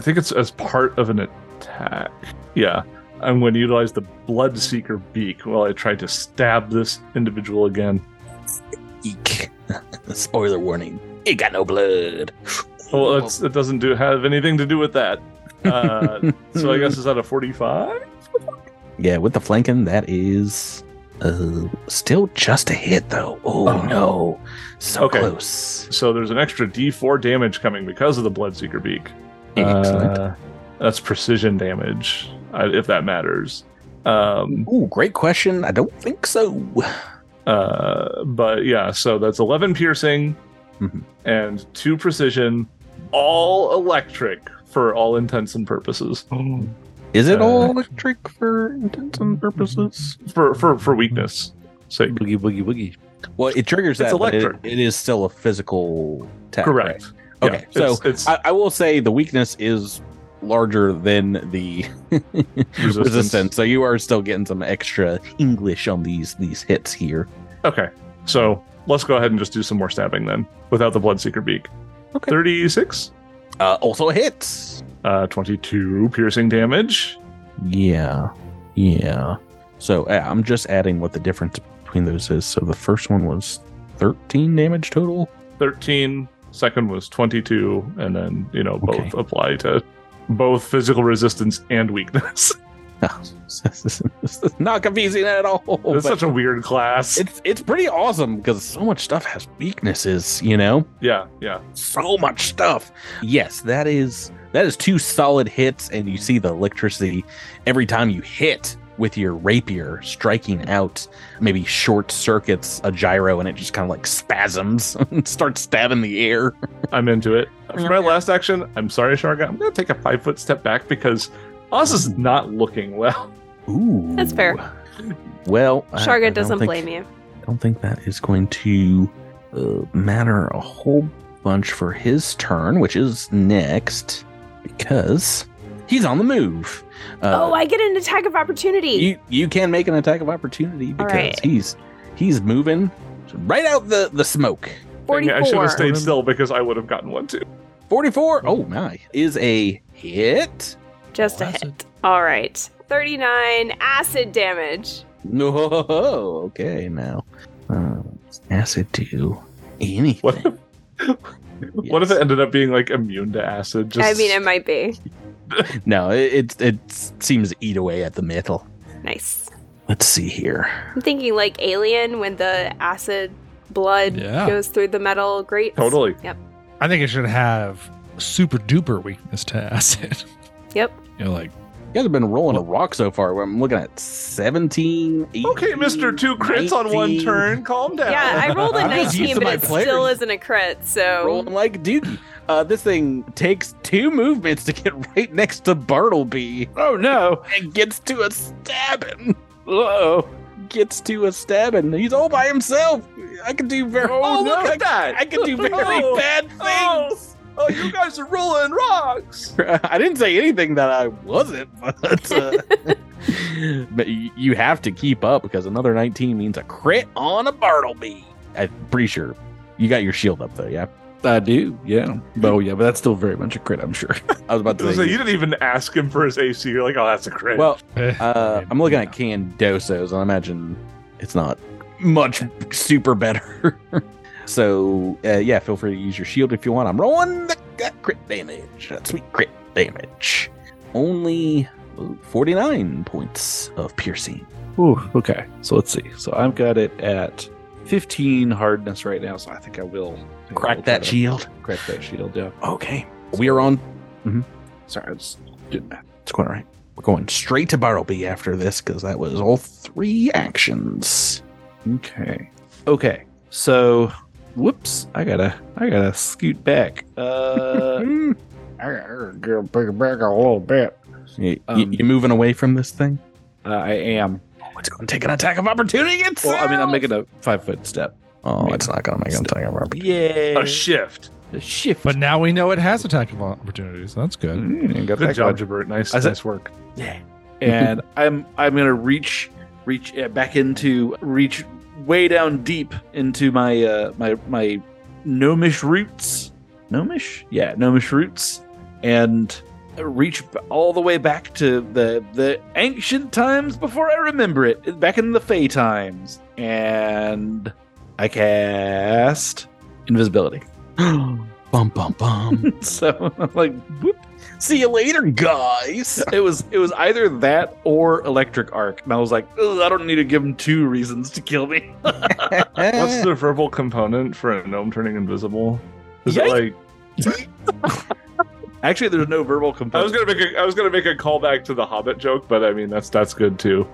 B: think it's as part of an attack. Yeah, I'm going to utilize the Bloodseeker beak while I try to stab this individual again.
A: Eek! Spoiler warning. It got no blood.
B: Well, it's, it doesn't do have anything to do with that. Uh, so I guess it's at a 45.
A: Yeah, with the flanking, that is uh, still just a hit, though. Oh,
B: Oh.
A: no. So
B: Okay.
A: close.
B: So there's an extra D4 damage coming because of the Bloodseeker Beak.
A: Excellent.
B: Uh, that's precision damage, uh, if that matters. Um,
A: Ooh, great question. I don't think so.
B: uh, but yeah, so that's 11 piercing
A: Mhm.
B: and 2 precision, all electric for all intents and purposes.
A: Is it
B: Uh,
A: all electric for intents and purposes?
B: For, for, for weakness sake.
F: Boogie boogie boogie.
A: Well, it triggers
B: It's
A: that. but it-
B: electric.
A: it is still a physical attack.
B: Correct.
A: right? Okay,
B: Yeah,
A: so
B: it's, it's
A: I, I will say the weakness is larger than the resistance. So you are still getting some extra English on these these hits here.
B: Okay, so let's go ahead and just do some more stabbing then without the Bloodseeker Beak.
A: Okay.
B: 36,
A: Uh, also hits.
B: uh, 22 piercing damage.
A: Yeah. Yeah. So uh, I'm just adding what the difference between those is. So the first one was 13 damage total.
B: 13 second was 22 and then you know both
A: Okay.
B: apply to both physical resistance and weakness
A: this is this is not confusing at all.
B: it's
A: but
B: such a weird class
A: it's it's pretty awesome because so much stuff has weaknesses, you know?
B: yeah yeah
A: So much stuff. Yes, that is that is two solid hits and you see the electricity every time you hit with your rapier striking out maybe short circuits a gyro and it just kind of like spasms and starts stabbing the air.
B: i'm into it for my last action i'm sorry sharga i'm gonna take a five foot step back because oz is not looking well
A: Ooh.
C: That's fair.
A: Well, I- I
C: Sharga
A: don't
C: doesn't
A: think-
C: blame you.
A: I don't think that is going to uh, matter a whole bunch for his turn, which is next, because he's on the move.
C: oh, I get an attack of opportunity.
A: uh, you you can make an attack of opportunity because
C: right.
A: he's he's moving right out the the smoke.
B: Dang it, i should
C: 44.
B: have stayed still because i would have gotten one too
A: Forty four. Oh my, is a hit.
C: Just a
D: That's
C: hit. All right. 39 acid damage.
A: No, okay now. Uh, acid do anything.
B: what if, what if
A: Yes.
B: it ended up being like immune to acid just
C: I mean, it might be.
A: No, it, it it seems to eat away at the metal.
C: Nice.
A: Let's see here.
C: I'm thinking like Alien when the acid blood
D: Yeah.
C: goes through the metal grates.
B: totally
D: I think it should have super duper weakness to acid.
C: Yep.
D: You're like,
A: You guys have been rolling a rock so far. I'm looking at 17, 18,
B: okay mr two crits on one
A: 19.
B: turn calm down
C: Yeah, I rolled a
A: I'm just used
C: 19,
A: to
C: but
A: my
C: it
A: players.
C: still isn't a crit, so.
A: Rolling like Doogie. Uh, this thing takes two movements to get right next to Bartleby
F: Oh no!
A: and gets to a stabbing. Uh-oh. Gets to a stabbing. He's all by himself. I can do very.
F: Oh, look
A: I,
F: at that!
A: I can do very
F: Oh.
A: bad things.
F: Oh. Oh, you guys are rolling rocks.
A: I didn't say anything that I wasn't, but uh, but y- you have to keep up because another 19 means a crit on a Bartleby. I'm pretty sure you got your shield up though. Yeah,
F: I do, yeah. Oh yeah, but that's still very much a crit, I'm sure.
A: I was about
B: I
A: to
B: was like,
A: say.
B: you didn't even ask him for his AC. You're like, oh, that's a crit.
A: well,
D: eh.
A: uh, I'm looking at Candosos, and I imagine it's not much super better. so uh, yeah, feel free to use your shield if you want. I'm rolling the that crit damage. That sweet crit damage. Only uh, 49 points of piercing.
F: Ooh, okay. So let's see. So I've got it at 15 hardness right now, so I think I will I think I will
A: Crack
F: try
A: that
F: to
A: shield.
F: Crack that shield, yeah.
A: Okay. We are on.
F: Sorry, I just did that.
A: It's going all right. We're going straight to Bartleby after this because that was all three actions.
F: Okay. Okay. So whoops, I gotta I gotta scoot back. Uh
A: Mm.
F: I gotta go back back a little bit.
A: You,
F: Um,
A: are moving away from this thing?
F: Uh, I am.
A: Oh, it's going to take an attack of opportunity.
F: Well, I mean I'm
A: itself!
F: making a five foot step.
A: Oh, it's not going to make an attack of opportunity.
F: Yay.
B: a shift.
F: shift.
D: but now we know it has attack of opportunities. That's good.
F: Mm, got
B: Good
F: that
B: job,
F: one.
B: Jabert. Nice,
F: I said-
B: nice work.
F: and I'm I'm gonna reach reach uh, back into reach way down deep into my uh, my my gnomish roots. Gnomish, yeah, gnomish roots, and reach b- all the way back to the the ancient times before I remember it, back in the Fey times, and I cast invisibility.
A: bum, bum, bum.
F: so I'm like, whoop.
A: See you later, guys.
F: It was it was either that or electric arc, and I was like, "Ugh, I don't need to give him two reasons to kill me.
A: Eh.
F: eh.
B: What's the verbal component for a gnome turning invisible? Is it
F: Yikes.
B: like
F: Actually, there's no verbal
B: I was
F: component.
B: gonna make a I was gonna make a callback to the Hobbit joke, but I mean that's that's good too.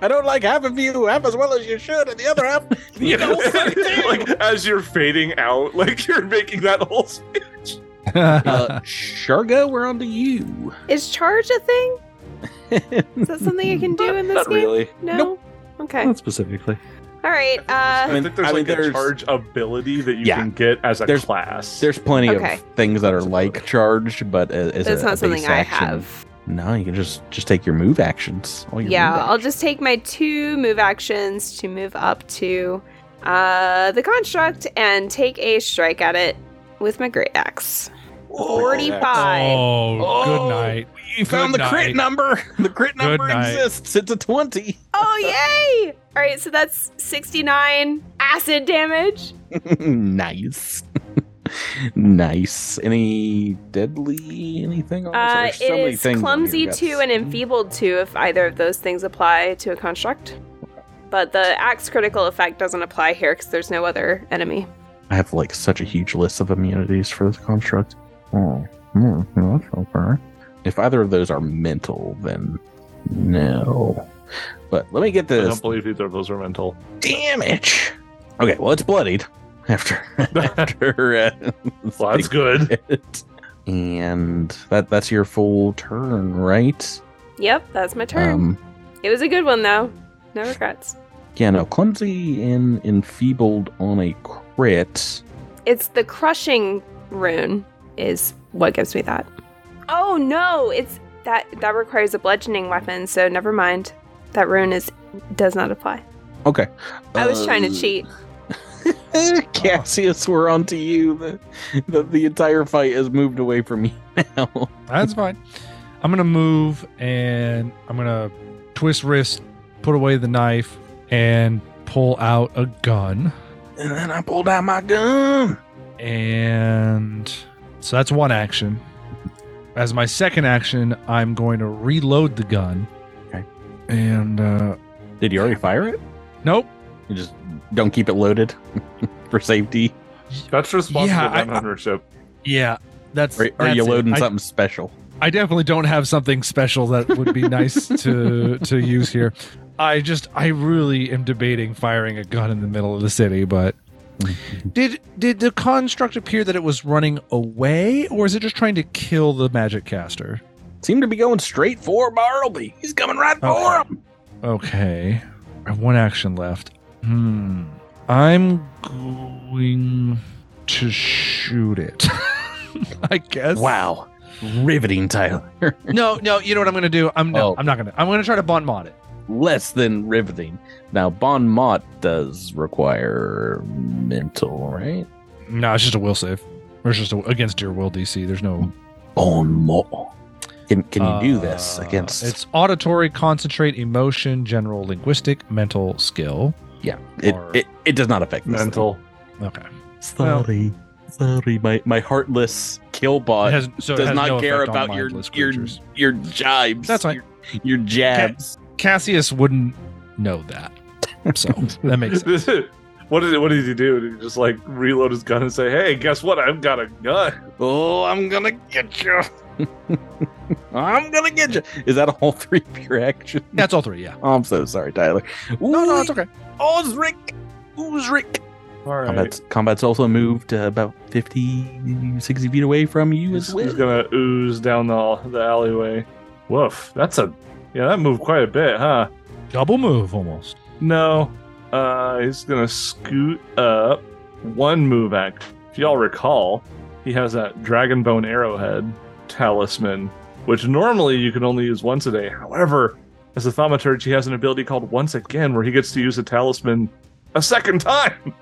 A: I don't like half of you half as well as you should, and the other half.
F: You
C: Oh,
F: know,
B: like as you're fading out, like you're making that whole. sp-
A: Uh, Shargo, we're on to you.
C: Is charge a thing? Is that something I can do in this
F: Not
C: game?
F: really.
C: No? Okay.
F: Not specifically.
C: All right.
B: I,
C: Uh,
A: mean,
B: think there's
A: I mean,
B: like a
A: there's-
B: charge ability that you
A: Yeah.
B: can get as a
A: There's-
B: class.
A: There's plenty
C: Okay.
A: of things that are like charged, but a- as
C: that's
A: a, a
C: not something
A: base
C: I
A: action,
C: have.
A: No, you can just just take your move actions. All your
C: Yeah,
A: move
C: I'll just take my two move actions to move up to uh, the construct and take a strike at it with my great axe. 45.
D: Oh,
A: Oh,
D: good night.
A: You found
D: Good
A: the crit
D: night.
A: number. The crit
D: Good
A: number
D: night.
A: exists. It's a 20.
C: Oh, yay! All right, so that's 69 acid damage.
A: nice. nice. Any deadly anything on this?
C: Uh,
A: There's
C: it
A: Oh, so many
C: is
A: things on
C: clumsy
A: here. We've got
C: 2 and enfeebled 2 if either of those things apply to a construct. But the axe critical effect doesn't apply here because there's no other enemy.
A: I have like such a huge list of immunities for this construct. Oh, hmm, that's okay. If either of those are mental, then no. But let me get
B: I
A: this
B: don't believe either of those are mental.
A: damage. Okay, well it's bloodied after after. Uh,
B: Well, that's good.
A: hit. And that that's your full turn, right?
C: Yep, that's my turn.
A: Um,
C: it was a good one, though. No regrets.
A: yeah, no, clumsy and enfeebled on a crit.
C: It's the crushing rune is what gives me that. Oh no, it's that that requires a bludgeoning weapon, so never mind. That rune is does not apply.
A: Okay.
C: I was trying to
A: Uh,
C: cheat.
A: Cassius, we're on to you. The, the, the entire fight has moved away from you now.
D: That's fine. I'm gonna move and I'm gonna twist wrist, put away the knife, and pull out a gun.
A: And then I pulled out my gun.
D: And so that's one action. As my second action, I'm going to reload the gun.
A: Okay.
D: And uh,
A: Did you already fire it?
D: nope.
A: You just don't keep it loaded for safety.
B: That's responsible
D: Yeah, I-
B: gun ownership.
D: Yeah, that's.
A: Or are
D: that's
A: you
D: it.
A: loading
D: I-
A: something special?
D: I definitely don't have something special that would be nice to to use here. I just I really am debating firing a gun in the middle of the city, but did did the construct appear that it was running away or is it just trying to kill the magic caster?
A: Seemed to be going straight for Bartleby. He's coming right for
D: Okay.
A: him.
D: Okay. I have one action left. Hmm. I'm going to shoot it. I guess.
A: Wow. Riveting, Tyler.
D: No, no, you know what I'm gonna do? I'm no,
A: Oh.
D: I'm not gonna I'm gonna try to bond mod it.
A: Less than riveting. Now, Bon Mott does require mental, right?
D: No, it's just a will save. Or it's just a, against your will DC. There's no.
A: Bon Mott. Can, can you do this
D: Uh,
A: against?
D: It's auditory, concentrate, emotion, general, linguistic, mental skill.
A: yeah, it,
D: or-
A: it, it does not affect this thing.
B: Mental.
D: Okay.
A: Sorry, sorry, my, my heartless kill
D: it
A: bot
D: has, so it
A: Uh, does
D: has
A: not
D: no
A: care
D: effect on
A: about your
D: mindless
A: your
D: creatures.
A: your jibes.
D: That's fine.
A: Your, your jabs.
D: Cassius wouldn't know that. So that makes sense.
B: what did what did he do? Did he just like reload his gun and say, "Hey, guess what? I've got a gun."
A: Oh, I'm gonna get you. I'm gonna get you. Is that all three of your actions?
D: That's all three, yeah.
A: Oh, I'm so sorry, Tyler.
D: No, no, it's okay.
A: Osric. Osric.
B: All right.
A: Combat's, combat's also moved uh, about 50, 60 feet away from you
B: He's,
A: as
B: he's
A: well.
B: gonna ooze down the the alleyway. Woof. That's a yeah. That moved quite a bit, huh?
D: Double move almost.
B: No. Uh, he's gonna scoot up one move act. If y'all recall, he has that dragonbone arrowhead talisman, which normally you can only use once a day. However, as a thaumaturge, he has an ability called Once Again, where he gets to use a talisman a second time.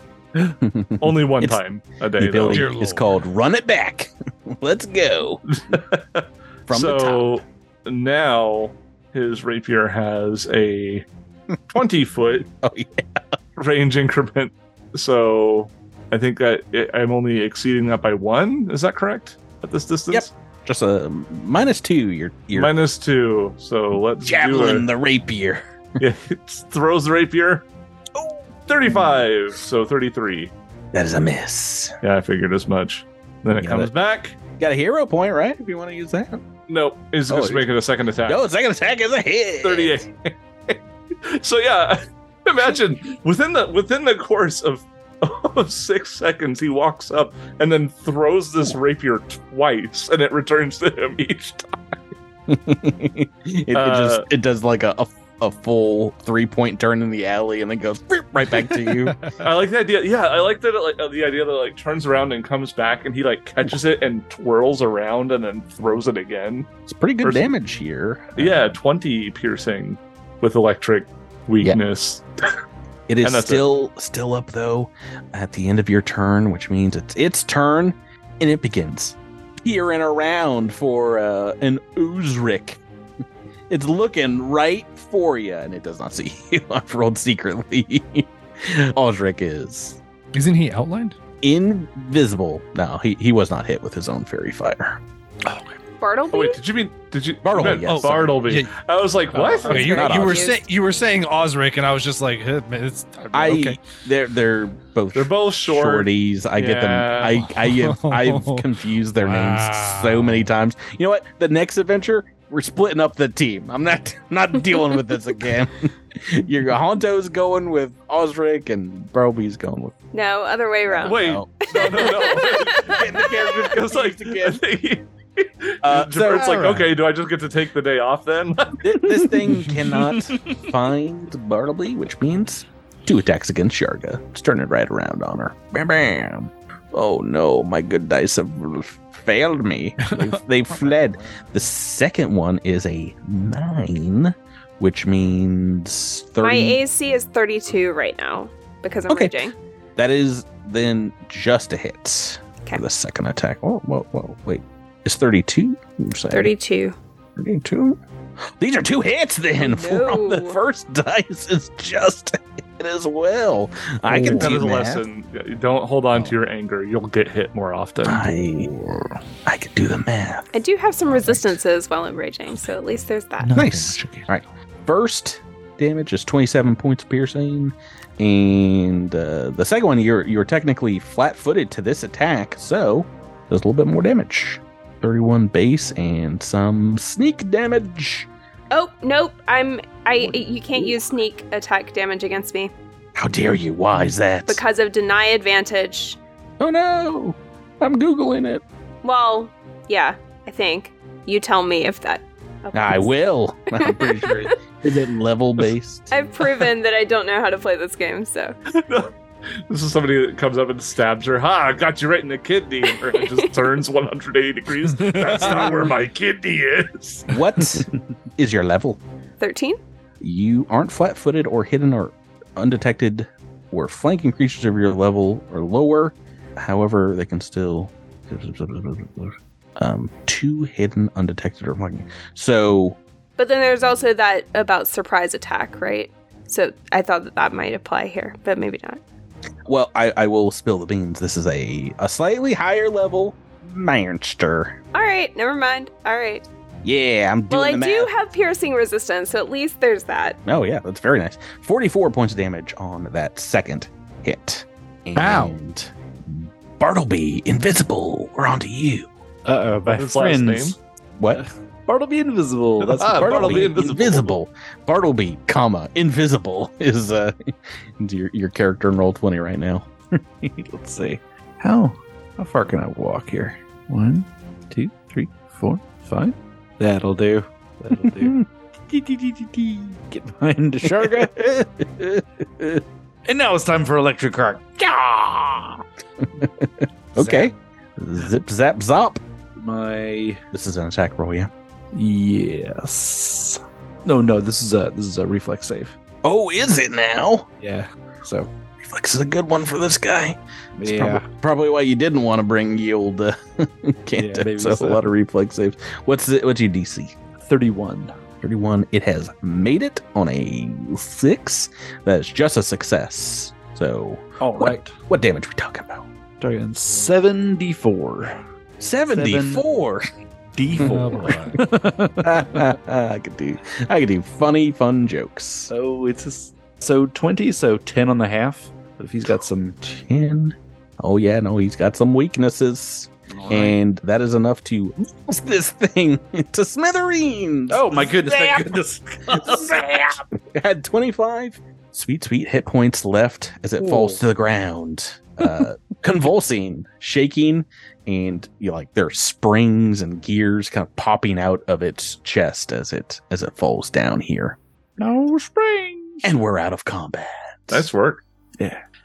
B: Only one
A: It's-
B: time a
A: the
B: day. though.
A: ability
D: Dear
A: is
D: Lord.
A: called Run It Back. Let's go. From the top.
B: so now his rapier has a 20 foot
A: Oh, yeah.
B: range increment. So I think that it, I'm only exceeding that by one. Is that correct? At this distance?
A: Just a minus two. You're, you're
B: Minus two. uh, So let's
A: javelin
B: do
A: the rapier.
B: it. Yeah, it throws the rapier. Oh, 35. So 33.
A: That is a miss.
B: Yeah, I figured as much. Then it
A: Yeah,
B: comes
A: that-
B: back.
A: Got a hero point, right? If you want to use that.
B: Nope. He's
A: Oh,
B: just
A: it-
B: making a second attack.
A: No, second attack is a hit.
B: 38 so yeah imagine within the within the course of of six seconds he walks up and then throws this rapier twice and it returns to him each time
A: it, it
B: Uh,
A: just it does like a, a, a full three point turn in the alley and then goes beep, right back to you.
B: i like the idea yeah i like that it, like uh, the idea that it, like turns around and comes back and he like catches it and twirls around and then throws it again
A: it's pretty good
B: First-
A: damage here.
B: yeah 20 piercing with electric weakness
A: It
B: And
A: is
B: that's it.
A: still still up though at the end of your turn, which means it's its turn and it begins. Here and around for uh, an Oozric. It's looking right for you and it does not see you. I've rolled secretly. Ozric is
D: Isn't he outlined?
A: invisible. No, he, he was not hit with his own fairy fire.
C: Bartleby?
B: Oh wait, did you mean did you
A: Bartleby,
B: you meant
A: yes, sorry.
B: Bartleby?
D: Yeah,
B: I was like, what?
D: okay, you,
A: Not
D: you were
C: Ozric.
D: say, you were saying Osric, and I was just like, eh, man, it's,
A: I
D: okay.
A: they're they're both
B: They're both short.
A: shorties. I get them. I I have, I've confused their names so many times. You know what? The next adventure, we're splitting up the team. I'm not not dealing with this again. Your Honto's going with Osric, and Broby's going with.
C: no, other way around.
B: Wait,
A: Oh.
B: no, no, no.
A: Getting the characters
B: Because like, I
A: again.
B: think
A: Uh,
B: Jabert's
A: so-
B: like,
D: Alright.
B: okay, do I just get to take the day off then?
A: Thi- This thing cannot find Bartleby, which means two attacks against Sharga. It's turning right around on her. Bam, bam. Oh no, my good dice have failed me. They've, they've fled. The second one is a nine, which means
C: My
A: 30.
C: AC is 32 right now because I'm
A: Okay.
C: raging.
A: That is then just a hit.
C: Okay.
A: For the second attack. Whoa, whoa, whoa. Wait. It's 32? You're saying
C: 32.
A: 32? These are two hits then. From the
C: No.
A: first dice is just a hit as well. I can
B: That
A: do
B: is a
A: math.
B: lesson. Yeah, Don't hold on to your anger. You'll get hit more often.
A: Ah. I, I can do the math.
C: I do have some resistances while I'm raging, so at least there's that.
A: Nice. All right. First damage is 27 points piercing. And uh, the second one, you're you're technically flat footed to this attack, so there's a little bit more damage. 31 base and some sneak damage.
C: Oh, nope. I'm I you can't use sneak attack damage against me
A: How dare you? Why is that?
C: because of deny advantage.
A: oh no! I'm Googling it.
C: Well, yeah, I think. You tell me if that
A: I will. I'm pretty sure. it- Is it level based?
C: I've proven that I don't know how to play this game, so
B: This is somebody that comes up and stabs her. Ha! I got you right in the kidney, and her head just turns 180 degrees. That's not where my kidney is.
A: What is your level?
C: 13?
A: You aren't flat footed or hidden or undetected or flanking creatures of your level or lower. However, they can still. Um, two hidden, undetected, or flanking. So,
C: But then there's also that about surprise attack, right? So I thought that that might apply here, but maybe not.
A: well, I, I will spill the beans. This is a, a slightly higher level monster.
C: All right, never mind. All right.
A: Yeah, I'm doing
C: Well, I
A: the math.
C: do have piercing resistance, so at least there's that.
A: Oh yeah, that's very nice. Forty-four points of damage on that second hit.
D: Ow.
A: And Bartleby, invisible. We're on to you.
F: Uh oh, my
B: His last
F: friends.
B: name?
A: What?
F: Bartleby Invisible. That's
B: Ah,
F: Bartleby, Invisible.
A: invisible. Bartleby, comma, invisible is uh your your character in roll twenty right now.
F: Let's see. How how far can I walk here? One, two, three, four, five. That'll do. That'll do. Get behind the Sharga. and now it's time for electric arc. Gah!
A: okay. Zip zap zop.
F: My
A: This is an attack roll, yeah.
F: yes. No, no. This is a this is a reflex save.
A: Oh, is it now?
F: Yeah. So
A: Reflex is a good one for this guy. It's
F: yeah.
A: probably, probably why you didn't want to bring ye old uh, Can't
F: Yeah, maybe
A: so
F: so.
A: a lot of reflex saves. What's it? What's your DC?
F: Thirty-one.
A: Thirty-one. It has made it on a six. That's just a success. So
F: All right.
A: what damage we talking about?
F: Talking seventy-four.
A: Seventy-four.
D: Oh,
F: D4.
D: boy.
A: I could do. I could do funny, fun jokes.
F: So it's a s so twenty, so ten and a half. If he's got some,
A: Ten. Oh yeah, no, he's got some weaknesses, and that is enough to mess this thing to smithereens.
F: oh my goodness,
A: Zap!
F: thank goodness.
A: Zap! It had 25 sweet, sweet hit points left as it falls
F: Ooh.
A: to the ground, uh, convulsing, shaking, and you know, like there are springs and gears kind of popping out of its chest as it as it falls down here.
F: no springs.
A: And we're out of combat.
B: Nice work.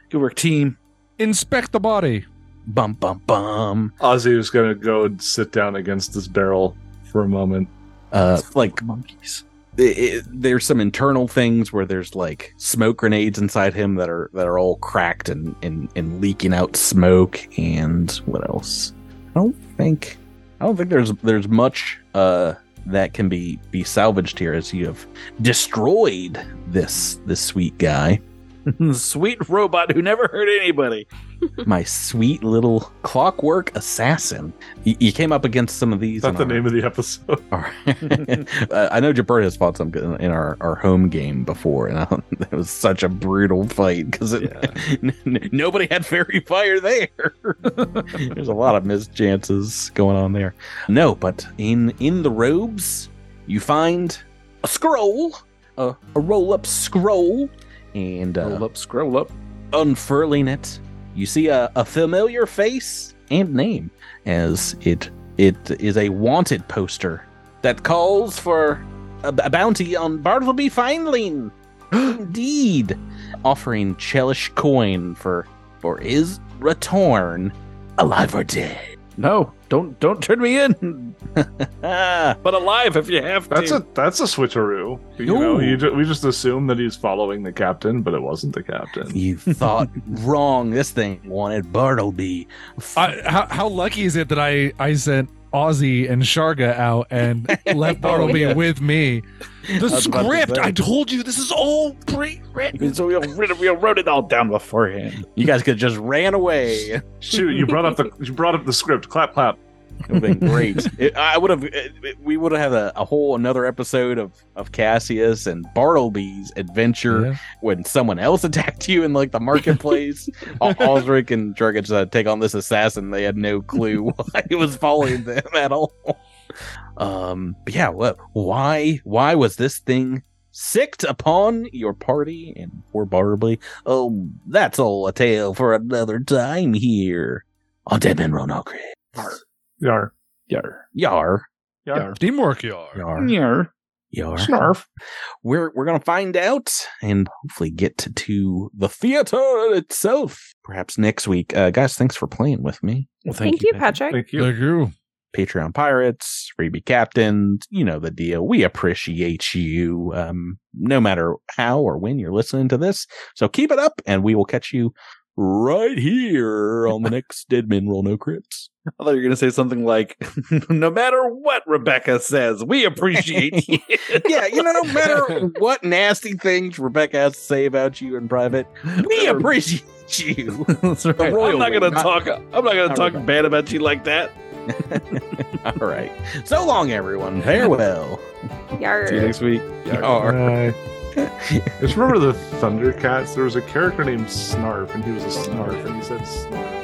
F: Good work, team.
D: Inspect the body.
A: Bum bum bum.
B: Ozzy is gonna go and sit down against this barrel for a moment.
A: Uh, like
F: Monkeys.
A: it, it, there's some internal things where there's like smoke grenades inside him that are that are all cracked and and, and leaking out smoke and what else? I don't think I don't think there's there's much uh that can be be salvaged here as you have destroyed this this sweet guy.
F: Sweet robot who never hurt anybody.
A: My sweet little clockwork assassin. You, you came up against some of these.
B: That's
A: in
B: the
A: our-
B: name of the episode.
A: All right. Uh, I know Jabert has fought some good in- in our, our home game before, and I, it was such a brutal fight because n- n- nobody had fairy fire there. There's a lot of missed chances going on there. No, but in in the robes, you find a scroll, a, a roll up scroll, and uh,
F: Roll up, scroll up.
A: unfurling it, you see a, a familiar face and name, as it it is a wanted poster that calls for a, b- a bounty on Bartleby Findling. Indeed, offering Chelish coin for for his return, alive or dead.
F: No, don't don't turn me in.
A: Ah,
F: But alive if you have
B: That's
F: to.
B: a that's a switcheroo. You know,
A: Ooh.
B: you ju- we just assume that he's following the captain, but it wasn't the captain.
A: you thought wrong. This thing wanted Bartleby.
D: I, how, how lucky is it that I, I sent Ozzy and Sharga out and left Bartleby
A: Oh, yeah.
D: with me? The
A: was about to
D: script!
A: say.
D: I told you this is all pre-written.
F: so we all- we all wrote it all down beforehand.
A: You guys could have just ran away.
B: Shoot, you brought up the you brought up the script. Clap clap.
A: It would have been great. It- I would have. it- it- we would have had a, a whole another episode of of Cassius and Bartleby's adventure
D: Yeah.
A: when someone else attacked you in like the marketplace. Al- Osric and Jurgens uh, take on this assassin. They had no clue why it was following them at all. Um. But yeah. What? Why? Why was this thing? Sicked upon your party and poor Bartleby. Oh, that's all a tale for another time here on Dead Men Roanoke.
B: Yar.
F: Yar.
A: Yar.
B: Yar.
D: Teamwork, you are.
A: Yar.
F: Yar.
A: Yar.
B: Snarf.
A: We're we're gonna find out and hopefully get to, to the theater itself. Perhaps next week. Uh, guys, thanks for playing with me.
F: Well,
C: Thank, you, Patrick.
B: Thank you.
D: Thank you.
A: Patreon pirates, freebie captain, you know the deal. We appreciate you, um, no matter how or when you're listening to this. So keep it up, and we will catch you right here on the next Deadman Roll No Crits.
F: I thought you were going to say something like, "No matter what Rebecca says, we appreciate you."
A: yeah, you know, no matter what nasty things Rebecca has to say about you in private, we appreciate you.
F: That's right.
A: royal
F: I'm not going
A: way,
F: to
A: not-
F: talk. I'm not going to
A: not
F: talk
A: Rebecca.
F: bad about you like that.
A: All right. So long, everyone. Farewell.
C: Yarr.
F: See you next week.
A: Yar.
B: Bye. Just remember the Thundercats. There was a character named Snarf, and he was a snarf, and he said snarf.